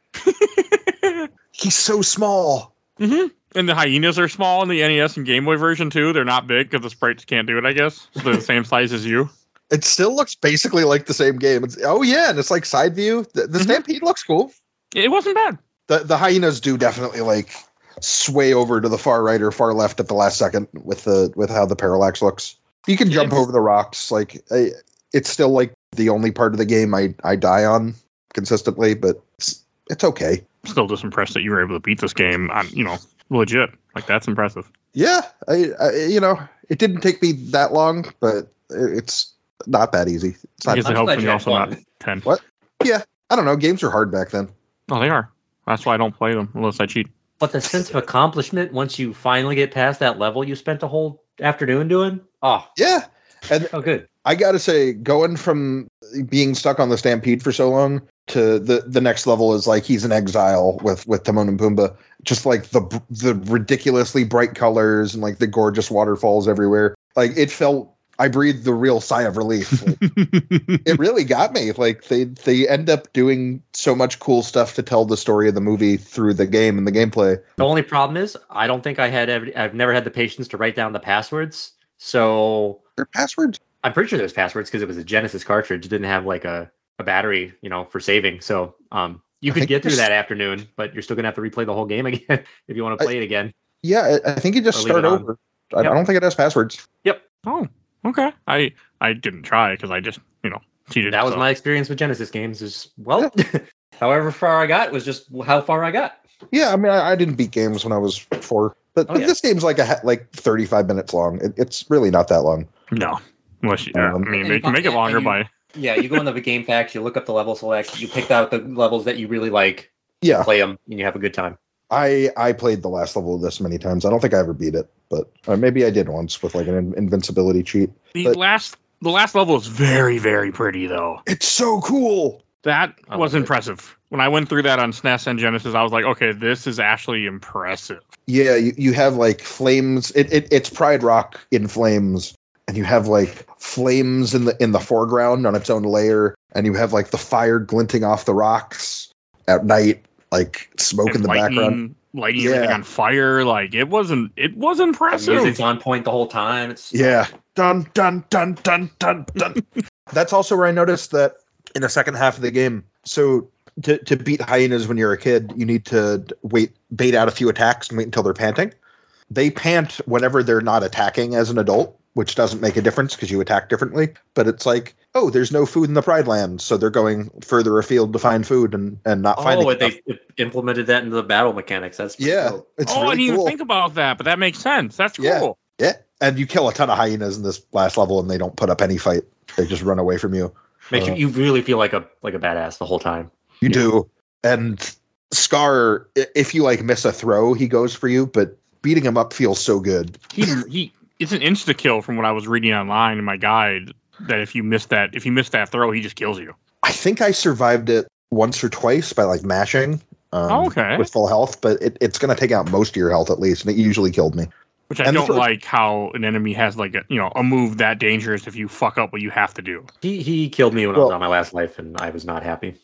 C: He's so small.
B: hmm And the hyenas are small in the NES and Game Boy version too. They're not big because the sprites can't do it. I guess so they're the same size as you.
C: It still looks basically like the same game. It's, oh yeah, and it's like side view. The, the
B: Mhm.
C: Stampede looks cool.
B: It wasn't bad.
C: The the hyenas do definitely like sway over to the far right or far left at the last second with the with how the parallax looks. You can jump
B: It's-
C: over the rocks. Like I, it's still like the only part of the game I I die on consistently, but it's, it's okay.
B: Still just impressed that you were able to beat this game. On you know legit. Like that's impressive.
C: Yeah, I, I you know it didn't take me that long, but it- it's not that easy. It's
B: I
C: not.
B: guess it
D: I'm
B: helps
D: glad
B: when
D: you
B: you're
D: had
B: also
D: fun.
B: not ten.
C: What? I don't know. Games were hard back then.
B: Oh, they are. That's why I don't play them unless I cheat.
D: But the sense of accomplishment once you finally get past that level you spent a whole afternoon doing. Oh,
C: Yeah,
D: oh, good.
C: I gotta say, going from being stuck on the Stampede for so long to the the next level is like he's in exile with with Timon and Pumbaa. Just like the br- the ridiculously bright colors and like the gorgeous waterfalls everywhere. Like it felt, I breathed the real sigh of relief. Like, it really got me. Like they they end up doing so much cool stuff to tell the story of the movie through the game and the gameplay.
D: The only problem is I don't think I had. Every, I've never had the patience to write down the passwords. So
C: Their passwords.
D: I'm pretty sure there's passwords because it was a Genesis cartridge. It didn't have like a, a battery, you know, for saving. So um, you
C: I
D: could
C: think
D: get through
C: there's-
D: that afternoon, but you're still gonna have to replay the whole game [laughs] again if you want
C: I-
D: to play it again.
C: Yeah, I, I think you just
D: Or leave
C: start
D: it on.
C: over. I,
D: Yep.
C: I don't think it has passwords.
B: oh, okay. I I didn't try because I just you know cheated.
D: That was
B: so.
D: my experience with Genesis games. Is well, [laughs] however far I got was just how far I got.
C: Yeah, I mean, I, I didn't beat games when I was four, but,
D: Oh,
C: but
D: yeah.
C: this game's like a ha- like thirty five minutes long. It, it's really not that long.
B: no. Unless you, I
C: Um,
B: mean,
D: And
B: they
D: you
B: can
D: got-
B: make it
D: and
B: longer
D: you-
B: by
D: Yeah, you go into the game facts, you look up the level select, you pick out the levels that you really like,
C: Yeah,
D: play them, and you have a good time.
C: I I played the last level of this many times. I don't think I ever beat it, but or maybe I did once with like an in- invincibility cheat.
B: the
C: but-
B: last. The last level is very very pretty though.
C: It's so cool.
B: That
D: I
B: was
D: love it.
B: impressive. When I went through that on SNES and Genesis, I was like, okay, this is actually impressive.
C: Yeah, you, you have like flames. It, it it's Pride Rock in flames, and you have like flames in the in the foreground on its own layer, and you have like the fire glinting off the rocks at night, like smoke in
B: And
C: the
B: lightning,
C: background.
B: lighting everything
C: Yeah.
B: on fire. Like it wasn't. It was
D: The music's
B: impressive.
D: on point the whole time. It's
C: Yeah. Dun dun dun dun dun dun. That's also where I noticed that in the second half of the game. So to to beat hyenas when you're a kid, you need to wait, bait out a few attacks, and wait until they're panting. They pant whenever they're not attacking as an adult, which doesn't make a difference because you attack differently. But it's like, oh, there's no food in the Pride Land, so they're going further afield to find food and and not finding.
D: oh, what
C: enough.
D: they implemented that into the battle mechanics. That's pretty
C: yeah,
D: cool.
C: it's
B: oh, I
C: really
B: didn't
C: cool.
B: even think about that, but that makes sense. That's cool.
C: Yeah. yeah, and you kill a ton of hyenas in this last level, and they don't put up any fight. They just run away from you.
D: Makes
C: Uh,
D: you, you really feel like a like a badass the whole time.
C: You do. And Scar, i- if you like miss a throw, he goes for you, but beating him up feels so good.
B: He he. It's an insta kill from what I was reading online in my guide. That if you miss that, if you miss that throw, he just kills you.
C: I think I survived it once or twice by like mashing. Um,
B: Oh, okay.
C: With full health, but it, it's going to take out most of your health at least, and it usually killed me.
B: Which I
C: And the
B: don't
C: throw-
B: like. How an enemy has like a you know a move that dangerous if you fuck up what you have to do.
D: He he killed me when I was
C: Well-
D: on my last life, and I was not happy.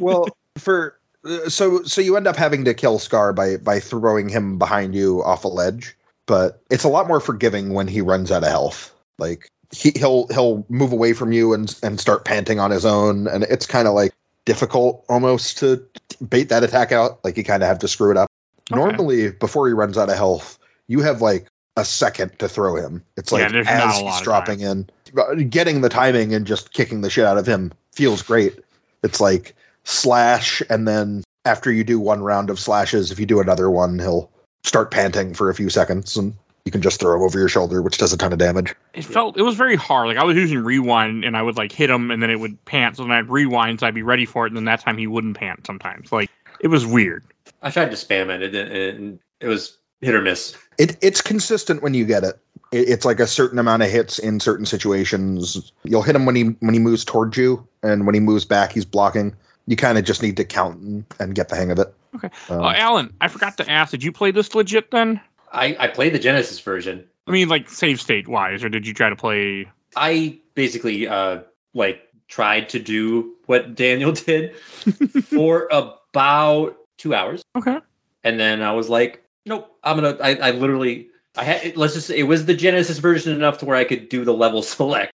C: well, for uh, so so you end up having to kill Scar by by throwing him behind you off a ledge, but it's a lot more forgiving when he runs out of health. Like he, he'll he'll move away from you and and start panting on his own, and it's kind of like difficult almost to bait that attack out. Like you kind of have to screw it up.
B: Okay.
C: Normally, before he runs out of health, you have like a second to throw him. It's
B: Yeah,
C: like
B: there's not
C: as
B: a lot
C: he's
B: of
C: dropping in, But getting the timing and just kicking the shit out of him feels great. It's like slash and then after you do one round of slashes, if you do another one, he'll start panting for a few seconds and you can just throw him over your shoulder, which does a ton of damage.
B: It felt it was very hard. Like I was using rewind, and I would like hit him, and then it would pant. So then I'd rewind, so I'd be ready for it, and then that time he wouldn't pant. Sometimes, like it was weird.
D: I tried to spam it, and it, it, it was hit or miss.
C: It it's consistent when you get it. it. It's like a certain amount of hits in certain situations. You'll hit him when he when he moves towards you, and when he moves back, he's blocking. You kind of just need to count and, and get the hang of it.
B: Okay.
C: Um,
D: Oh,
B: Uh, Alan, I forgot to ask. Did you play this legit then?
D: I, I played the Genesis version.
B: I mean, like save state wise, or did you try to play?
D: I basically uh like tried to do what Daniel [laughs] did for about two hours.
B: Okay.
D: And then I was like, nope, I'm gonna. I, I literally, I had. it- Let's just. say It was the Genesis version enough to where I could do the level [laughs] select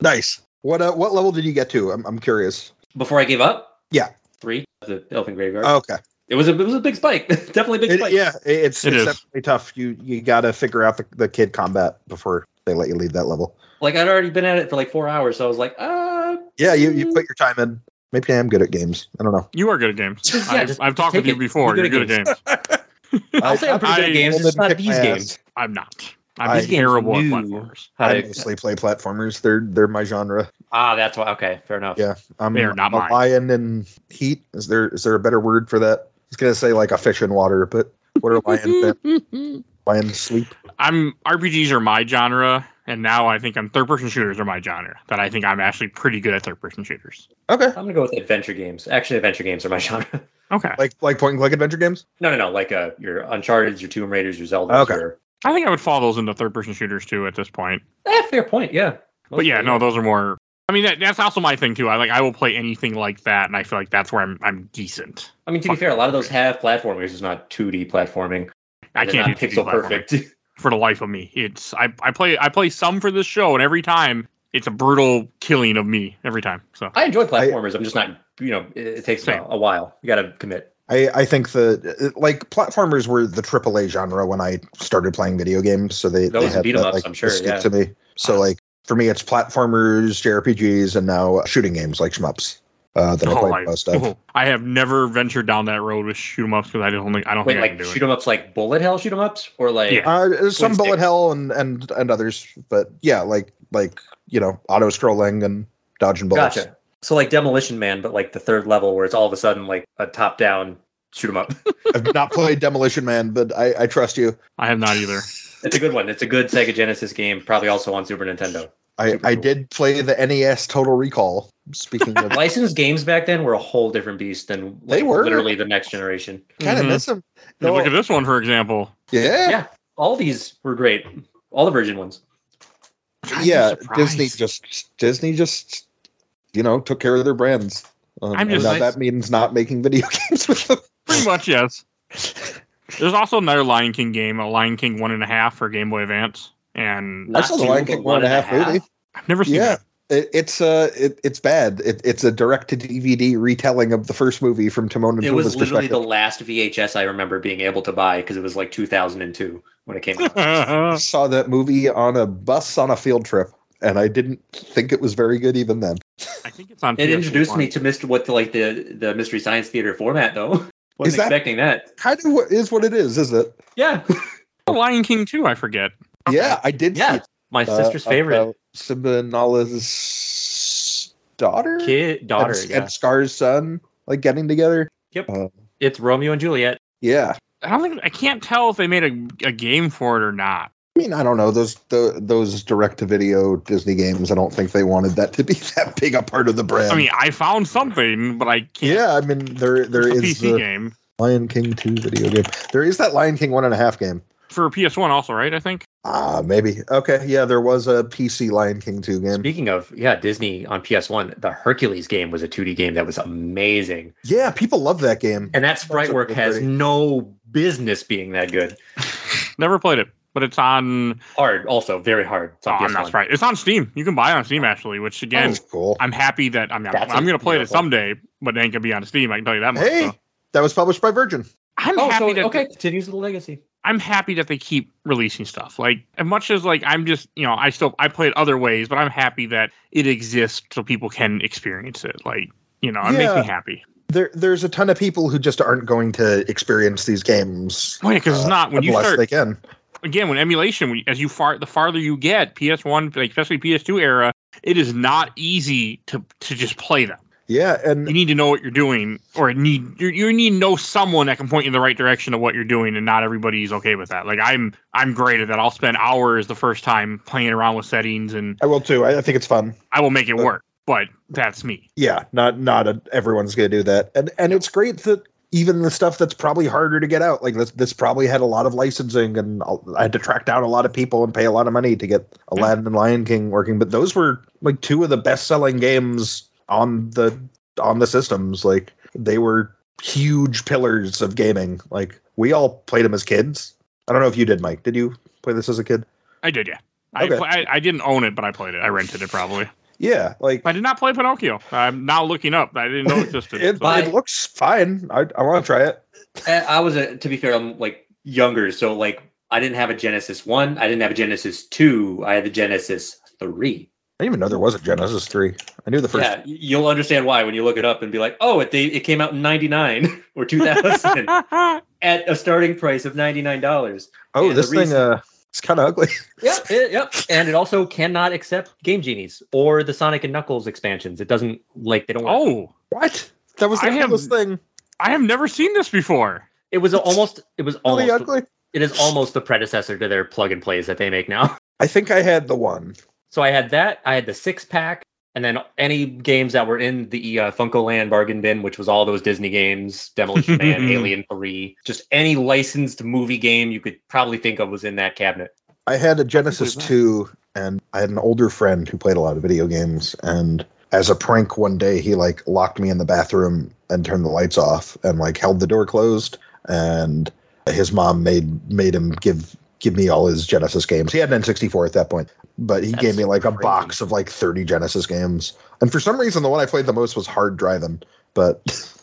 C: nice. What uh, what level did you get to? I'm I'm curious.
D: before I gave up.
C: Yeah.
D: three. The Elfin Graveyard.
C: Okay.
D: it was a. It was a big spike. [laughs] Definitely a big
C: It-
D: spike.
C: yeah, it- it's
B: It
C: it's
B: is.
C: definitely tough. You you got to figure out the, the kid combat before they let you leave that level.
D: Like I'd already been at it for like four hours, so I was like, ah.
C: Yeah, you, you put your time in. Maybe I am good at games. I don't know.
B: You are good at games.
D: Just- yeah,
B: I've,
D: just-
B: I've
D: just
B: talked with
D: take
B: you
D: it.
B: before.
D: You're
B: You're
D: good at
B: good at games.
D: [laughs] I'll say I'm pretty good
B: I-
D: at games.
C: Well,
D: It's just
C: then
D: not
C: kick my
D: these
C: ass.
D: games.
B: I'm not. I'm
C: I-
B: just terrible at
D: New.
B: platformers.
D: How
C: I
D: to-
C: mostly play platformers. They're they're my genre.
D: ah, that's why. Okay, fair enough.
C: Yeah. I'm,
B: They are not
C: I'm a
B: mine.
C: lion in heat. Is there is there a better word for that? I was gonna say like a fish in water, but what are
B: [laughs]
C: lion then? lion sleep?
B: I'm RPGs are my genre, and now I think I'm third person shooters are my genre. That I think I'm actually pretty good at third person shooters.
C: Okay.
D: I'm gonna go with adventure games. Actually, adventure games are my [laughs] genre.
B: Okay.
C: Like like point and click adventure games?
D: No, no, no. Like uh, your Uncharted, your Tomb Raiders, your Zelda.
C: Okay.
D: Your,
B: I think I would fall those into third person shooters too at this point.
D: eh, fair point. Yeah.
B: But yeah,
D: Mostly,
B: no, those are more. I mean, that, that's also my thing too. I like I will play anything like that, and I feel like that's where I'm I'm decent.
D: I mean, to be fair, a lot of those have platformers. It's not 2D platforming.
B: I
D: They're
B: can't
D: not
B: do 2D
D: pixel
B: platforming
D: perfect. [laughs]
B: for the life of me. It's I, I play I play some for this show, and every time it's a brutal killing of me every time. So
D: I enjoy platformers. I, am just not. You know, it, it takes a,
B: Same.
D: a while. You got to commit.
C: I, I think the like platformers were the AAA genre when I started playing video games, so they
D: Those
C: they had
D: beat 'em
C: that,
D: ups,
C: like,
D: I'm sure,
C: stick
D: yeah.
C: to me. So
B: Uh,
C: like for me, it's platformers, JRPGs, and now shooting games like shmups uh, that I
B: Oh,
C: played
B: I,
C: most
D: [laughs]
C: of.
B: I have never ventured down that road with shoot 'em ups because I don't think I don't
D: Wait,
B: think I
D: like
B: can do
D: shoot
B: it.
D: 'em ups, like bullet hell shoot 'em ups, or like
B: Yeah.
C: Uh, some
D: Twin
C: bullet
D: stick.
C: hell and and and others, but yeah, like like you know auto scrolling and dodging bullets.
D: gotcha. So like Demolition Man, but like the third level where it's all of a sudden like a top down shoot
C: [laughs]
D: 'em up.
C: I've not played Demolition Man, but I, I trust you.
B: I have not either.
D: It's a good one. It's a good Sega Genesis game, probably also on Super Nintendo.
C: I,
D: Super
C: I
D: cool.
C: did play the NES Total Recall. Speaking of,
D: [laughs]
C: kind
D: Licensed games back then were a whole different beast than like,
C: They were.
D: literally the next generation.
C: of
B: Mhm.
C: miss him.
B: You Look at this one for example.
C: yeah.
D: Yeah, all these were great. All the Virgin ones.
B: I'm
C: yeah,
B: surprised.
C: Disney just Disney just you know took care of their brands. Um,
B: I'm
C: and
B: just-
C: now that means not making video [laughs] games with them.
B: pretty much yes. There's also another Lion King game, a Lion King one and a half for Game Boy Advance, and
C: I saw the
D: Not
C: Lion
D: two,
C: King
D: but
C: one and a half movie.
B: I've never seen
C: Yeah,
B: that.
C: it, it's uh, it, it's bad. It, it's a direct to DVD retelling of the first movie from Timon and
D: It was
C: Pumbaa's
D: literally
C: perspective.
D: the last VHS I remember being able to buy because it was like 2002 when
C: [laughs]
D: it came out.
C: I saw that movie on a bus on a field trip, and I didn't think it was very good even then.
B: [laughs] I think it's on.
D: It
B: PS1.
D: introduced me to Mr. What the like the the Mystery Science Theater format though. [laughs] Wasn't
C: Is that-
D: expecting that.
C: Kind of what is what it is, is it? [laughs]
D: Yeah,
B: Oh, Lion King too. I forget. Okay.
C: Yeah, I did.
D: yeah.
C: see
D: My
C: uh,
D: sister's favorite
C: about Simba Nala's daughter,
D: kid daughter.
C: and,
D: yeah.
C: and Scar's son, like getting together.
D: Yep.
C: uh,
D: it's Romeo and Juliet.
C: Yeah,
B: I don't think I can't tell if they made a, a game for it or not.
C: I mean, I don't know those tho- those direct to video Disney games. I don't think they wanted that to be [laughs] that big a part of the brand.
B: I mean, I found something, but I can't.
C: yeah, I mean, there there
B: It's a
C: is
B: PC
C: the
B: game
C: Lion King two video game. There is that Lion King one and a half game.
B: for PS1 also, right? I think.
C: Ah, maybe okay. Yeah, there was a PC Lion King two game.
D: Speaking of, yeah, Disney on PS1, the Hercules game was a 2D game that was amazing.
C: Yeah, people love that game.
D: And that sprite
C: That's a
D: work
C: pretty-
D: has no business being that good.
B: Never played it, but it's on.
D: Hard, also very hard. It's
B: Oh,
D: on
B: I'm
D: PS1.
B: not right. It's on Steam. You can buy it on Steam actually, which again,
C: That's cool.
B: I'm happy that I'm. Not,
D: Oh. That's a
B: I'm going to play
D: miracle.
B: it someday, but it ain't going to be on Steam. I can tell you that much.
C: hey,
B: so.
C: that was published by Virgin.
B: I'm
D: Oh,
B: happy
D: so,
B: that
D: okay, continues the legacy.
B: I'm happy that they keep releasing stuff. Like as much as like I'm just you know I still I play it other ways, but I'm happy that it exists so people can experience it. Like you know, it makes
C: Yeah.
B: me happy.
C: there there's a ton of people who just aren't going to experience these games
B: Oh yeah, because it's
C: Uh,
B: not when you
C: unless
B: start
C: they can.
B: again when emulation when, as you far the farther you get PS1 like, especially PS2 era it is not easy to to just play them
C: Yeah, and
B: you need to know what you're doing or need you, you need to know someone that can point you in the right direction of what you're doing and not everybody's okay with that like I'm I'm great at that I'll spend hours the first time playing around with settings and
C: I will too. I, I think it's fun.
B: I will make it
C: Uh,
B: work but that's me
C: Yeah, not not a, everyone's going to do that, and and it's great that even the stuff that's probably harder to get out, like this this probably had a lot of licensing, and I'll- I had to track down a lot of people and pay a lot of money to get Aladdin and Lion King working. But those were like two of the best selling games on the on the systems. Like they were huge pillars of gaming. Like we all played them as kids. I don't know if you did, Mike. Did you play this as a kid?
B: I did yeah I,
C: Okay.
B: pla- I I didn't own it but I played it I rented it probably
C: Yeah, like
B: I did not play Pinocchio I'm now looking up I didn't know it existed
C: [laughs] it,
B: so-
C: it looks fine. I, I want to try it.
D: And Uh, I was, a, to be fair, I'm like younger, so like I didn't have a Genesis one, I didn't have a Genesis two, I had the Genesis three.
C: I didn't even know there was a Genesis 3. I knew the first.
D: Yeah, you'll understand why when you look it up and be like, oh, it they, it came out in '99 [laughs]
B: [laughs]
D: or 2000 at a starting price of ninety nine dollars.
C: oh,
D: yeah,
C: this
D: the
C: thing,
D: reason-
C: uh, it's kind of ugly. [laughs]
D: Yep, it- Eh, yep. And it also cannot accept Game Genies or the Sonic and Knuckles expansions. It doesn't like they don't. work.
B: oh
C: what? That was the
B: I have-
C: coolest thing.
B: I have never seen this before.
D: it was almost. It was
C: Really
D: almost.
C: ugly.
D: It is almost the predecessor to their plug and plays that they make now. [laughs]
C: I think I had the one.
D: So I had that. I had the six pack, and then any games that were in the uh, Funko Land bargain bin, which was all those Disney games, Demolition
C: [laughs]
D: Man, Alien Three, just any licensed movie game you could probably think of was in that cabinet.
C: I had a Genesis
B: believe that.
C: 2, and I had an older friend who played a lot of video games. And as a prank, one day he like locked me in the bathroom and turned the lights off and like held the door closed. And his mom made made him give give me all his Genesis games. He had an N64 at that point, but he
D: That's
C: gave me like a
D: crazy.
C: box of like 30 Genesis games. And for some reason, the one I played the most was Hard Driving, but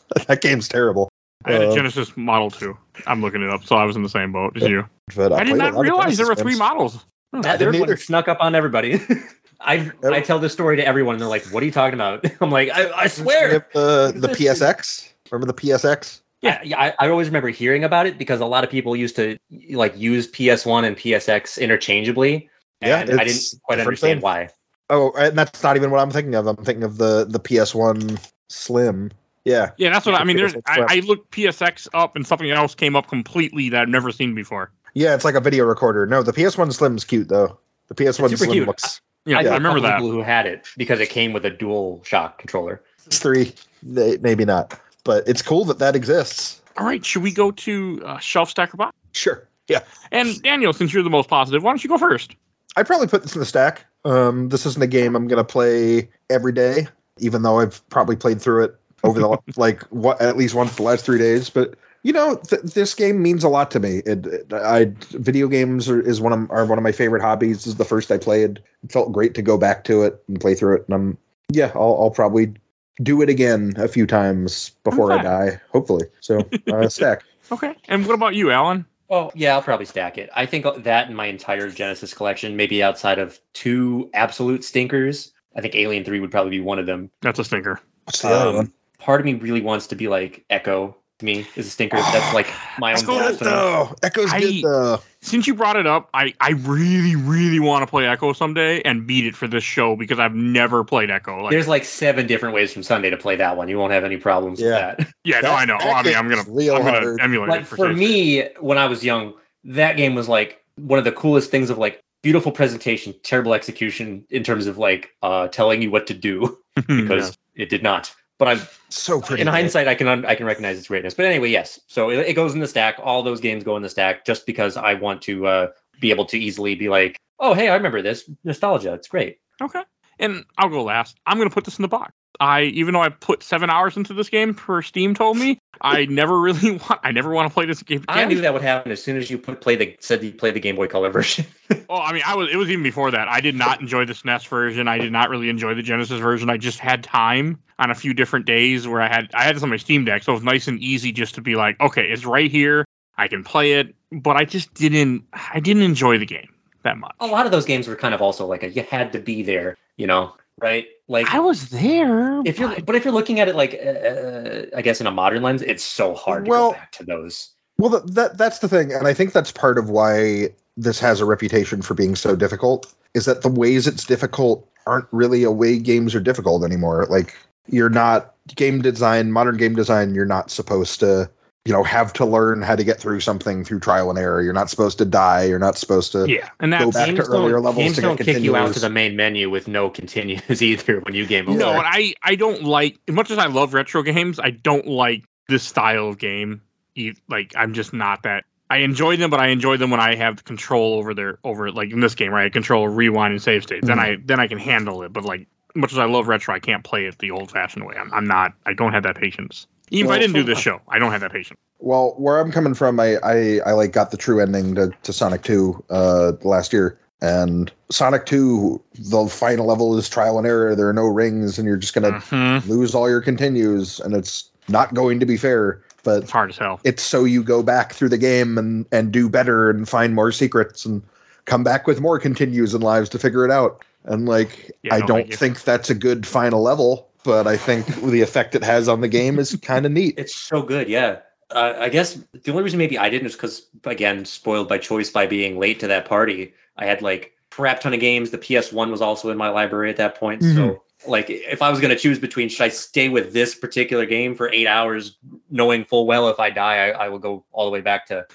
C: [laughs] that game's terrible.
B: I had a
C: Uh,
B: Genesis Model 2. I'm looking it up, so I was in the same boat as you.
C: But
B: I did
C: played a
B: not
C: lot of
B: realize there
C: Genesis
B: were three
C: games.
B: models.
D: That
C: didn't
D: third one
C: either.
D: snuck up on everybody. [laughs] I I tell this story to everyone, and they're like, "What are you talking about?" [laughs] I'm like, "I, I
C: Yep,
D: swear."
C: The,
D: Is
C: the
D: this-
C: PSX. Remember the PSX?
D: Yeah, I, I always remember hearing about it because a lot of people used to like use PS1 and PSX interchangeably.
C: Yeah,
D: And I didn't
C: it's
D: quite
C: different
D: understand
C: thing.
D: why.
C: Oh, and that's not even what I'm thinking of. I'm thinking of the the PS1 Slim. Yeah,
B: Yeah, that's what I I mean. There's,
C: It's
B: I,
C: fun.
B: I looked PSX up and something else came up completely that I've never seen before.
C: yeah, it's like a video recorder. No, the PS1 Slim's cute though. The PS1
D: It's super
C: Slim
D: cute.
C: looks
B: Yeah,
D: know
B: I remember
D: a couple
B: that.
D: People who had it because it came with a dual shock controller.
C: three. They, maybe not, but it's cool that that exists.
B: All right, should we go to uh, Shelf Stacker Box?
C: Sure. Yeah,
B: And Daniel, since you're the most positive, why don't you go first?
C: I probably put this in the stack. Um, this isn't a game I'm gonna play every day, even though I've probably played through it over the [laughs] like what at least once the last three days. But you know, th- this game means a lot to me. It, it- I video games are, is one of are one of my favorite hobbies. This is the first I played. It felt great to go back to it and play through it. And I'm yeah, I'll, I'll probably do it again a few times before I
B: Okay.
C: die, hopefully. So uh, [laughs] stack.
B: Okay. And what about you, Alan?
D: Oh yeah, I'll probably stack it. I think that and my entire Genesis collection, maybe outside of two absolute stinkers, I think Alien Three would probably be one of them.
B: That's a stinker.
C: What's the other
D: Um,
C: one?
D: Part of me really wants to be like Echo. To me, is a stinker. That's like
B: [gasps]
D: my
B: Let's
D: own.
B: go
C: Good
D: blasphemy.
C: though. Echo's
B: I-
C: good though.
B: Since you brought it up, I, I really, really want to play Echo someday and beat it for this show because I've never played Echo. Like,
D: There's like seven different ways from Sunday to play that one. You won't have any problems
C: Yeah.
D: with that.
B: yeah, no,
C: that-
B: I know.
C: that
B: Well, I mean,
C: game's
B: I'm gonna,
C: real
B: I'm gonna
C: hard.
B: emulate
D: Like
B: it
D: for,
B: for sake. [laughs]
D: me, when I was young, that game was like one of the coolest things of like beautiful presentation, terrible execution in terms of like uh telling you what to do
B: Mm,
D: because it did not. But I'm
C: So pretty.
D: in
C: though.
D: hindsight, I can un- I can recognize its greatness. But anyway, yes. So it, it goes in the stack. All those games go in the stack just because I want to uh, be able to easily be like, oh hey, I remember this nostalgia. It's great.
B: Okay. And I'll go last. I'm going to put this in the box. I even though I put 7 hours into this game per Steam told
D: [laughs]
B: me, I never really [laughs] want I never want to play this game again.
D: I knew that would happen as soon as you put, play the said you play the Game Boy Color [laughs] version.
B: Oh, I mean, I was it was even before that. I did not enjoy the SNES version. I did not really enjoy the Genesis version. I just had time on a few different days where I had I had this on my Steam Deck, so it was nice and easy just to be like, okay, it's right here. I can play it, but I just didn't I didn't enjoy the game that much.
D: Oh, a lot of those games were kind of also like a you had to be there, you know. right? Like
B: I was there.
D: if you're,
B: but-
D: but if you're looking at it like, uh, I guess in a modern lens, it's so hard to
C: Well-
D: go back to those.
C: Well, that, that that's the thing, and I think that's part of why this has a reputation for being so difficult. Is that the ways it's difficult aren't really a way games are difficult anymore. Like you're not game design, modern game design. You're not supposed to, you know, have to learn how to get through something through trial and error. You're not supposed to die. You're not supposed to.
B: yeah, and that's
C: Go back to earlier levels
D: games
C: to get
D: don't kick you out
C: continues.
D: to the main menu with no continues [laughs] either when you game over.
B: No,
C: Yeah.
B: and I I don't like as much as I love retro games. I don't like this style of game. E- Like I'm just not that. I enjoy them, but I enjoy them when I have control over their over like in this game, right? I control rewind and save state. Then
C: Mm-hmm.
B: I then I can handle it. But like much as I love retro, I can't play it the old fashioned way. I'm, I'm not. I don't have that patience. Even if I
C: Well,
B: didn't do
D: so-
B: this show, I don't have that patience.
C: Well, where I'm coming from, I, I, I like got the true ending to, to Sonic 2 uh, last year. And Sonic 2, the final level is trial and error. There are no rings, and you're just going to
B: Mhm.
C: lose all your continues, and it's not going to be fair.
B: It's
C: But
B: hard as hell.
C: it's so you go back through the game and, and do better and find more secrets and come back with more continues and lives to figure it out. And like,
B: Yeah,
C: I
B: no,
C: don't
B: thank you.
C: think that's a good final level, but I think the effect it has on the game is kind of neat.
D: It's so good, yeah. Uh, I guess the only reason maybe I didn't is because again, spoiled by choice by being late to that party. I had like crap ton of games. The PS1 was also in my library at that point, so like if I was going to choose between should I stay with this particular game for eight hours, knowing full well if I die, I, I will go all the way back to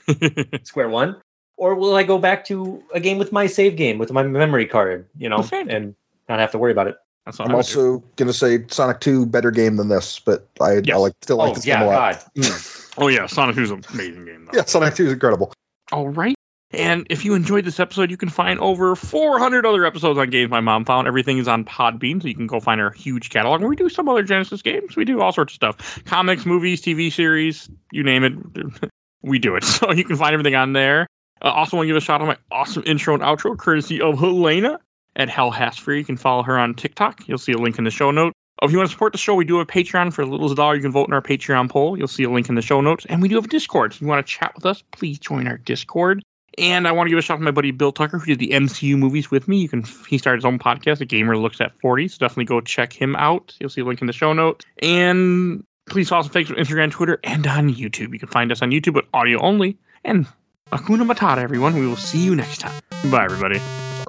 D: square one, or will I go back to a game with my save game with my memory card, you know,
B: Okay.
D: and not have to worry about it.
B: That's all
C: I'm
B: I would do.
C: also gonna say Sonic Two better game than this, but I,
B: Yes.
C: I like still like
D: oh
C: this
D: yeah,
C: game a lot.
D: God,
B: Oh yeah, Sonic 2 is an amazing game. Though.
C: Yeah, Sonic Two is incredible.
B: All right. And if you enjoyed this episode, you can find over 400 other episodes on games my mom found. Everything is on Podbean, so you can go find our huge catalog. And we do some other Genesis games. We do all sorts of stuff: comics, movies, TV series, you name it. [laughs] We do it. So you can find everything on there. I also want to give a shout out to my awesome intro and outro, courtesy of Helena at Hell Has Free. You can follow her on TikTok. You'll see a link in the show note. Oh, If you want to support the show, we do have a Patreon for as little as a dollar. You can vote in our Patreon poll. You'll see a link in the show notes. And we do have a Discord. So if you want to chat with us, please join our Discord. And I want to give a shout out to my buddy Bill Tucker, who did the MCU movies with me. You can he started his own podcast, The Gamer Looks at 40. So definitely go check him out. You'll see a link in the show notes. And please follow us on Facebook, Instagram, Twitter, and on YouTube. You can find us on YouTube, but audio only. And Akuna Matata, everyone. We will see you next time. Bye, everybody.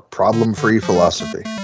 C: Problem free philosophy.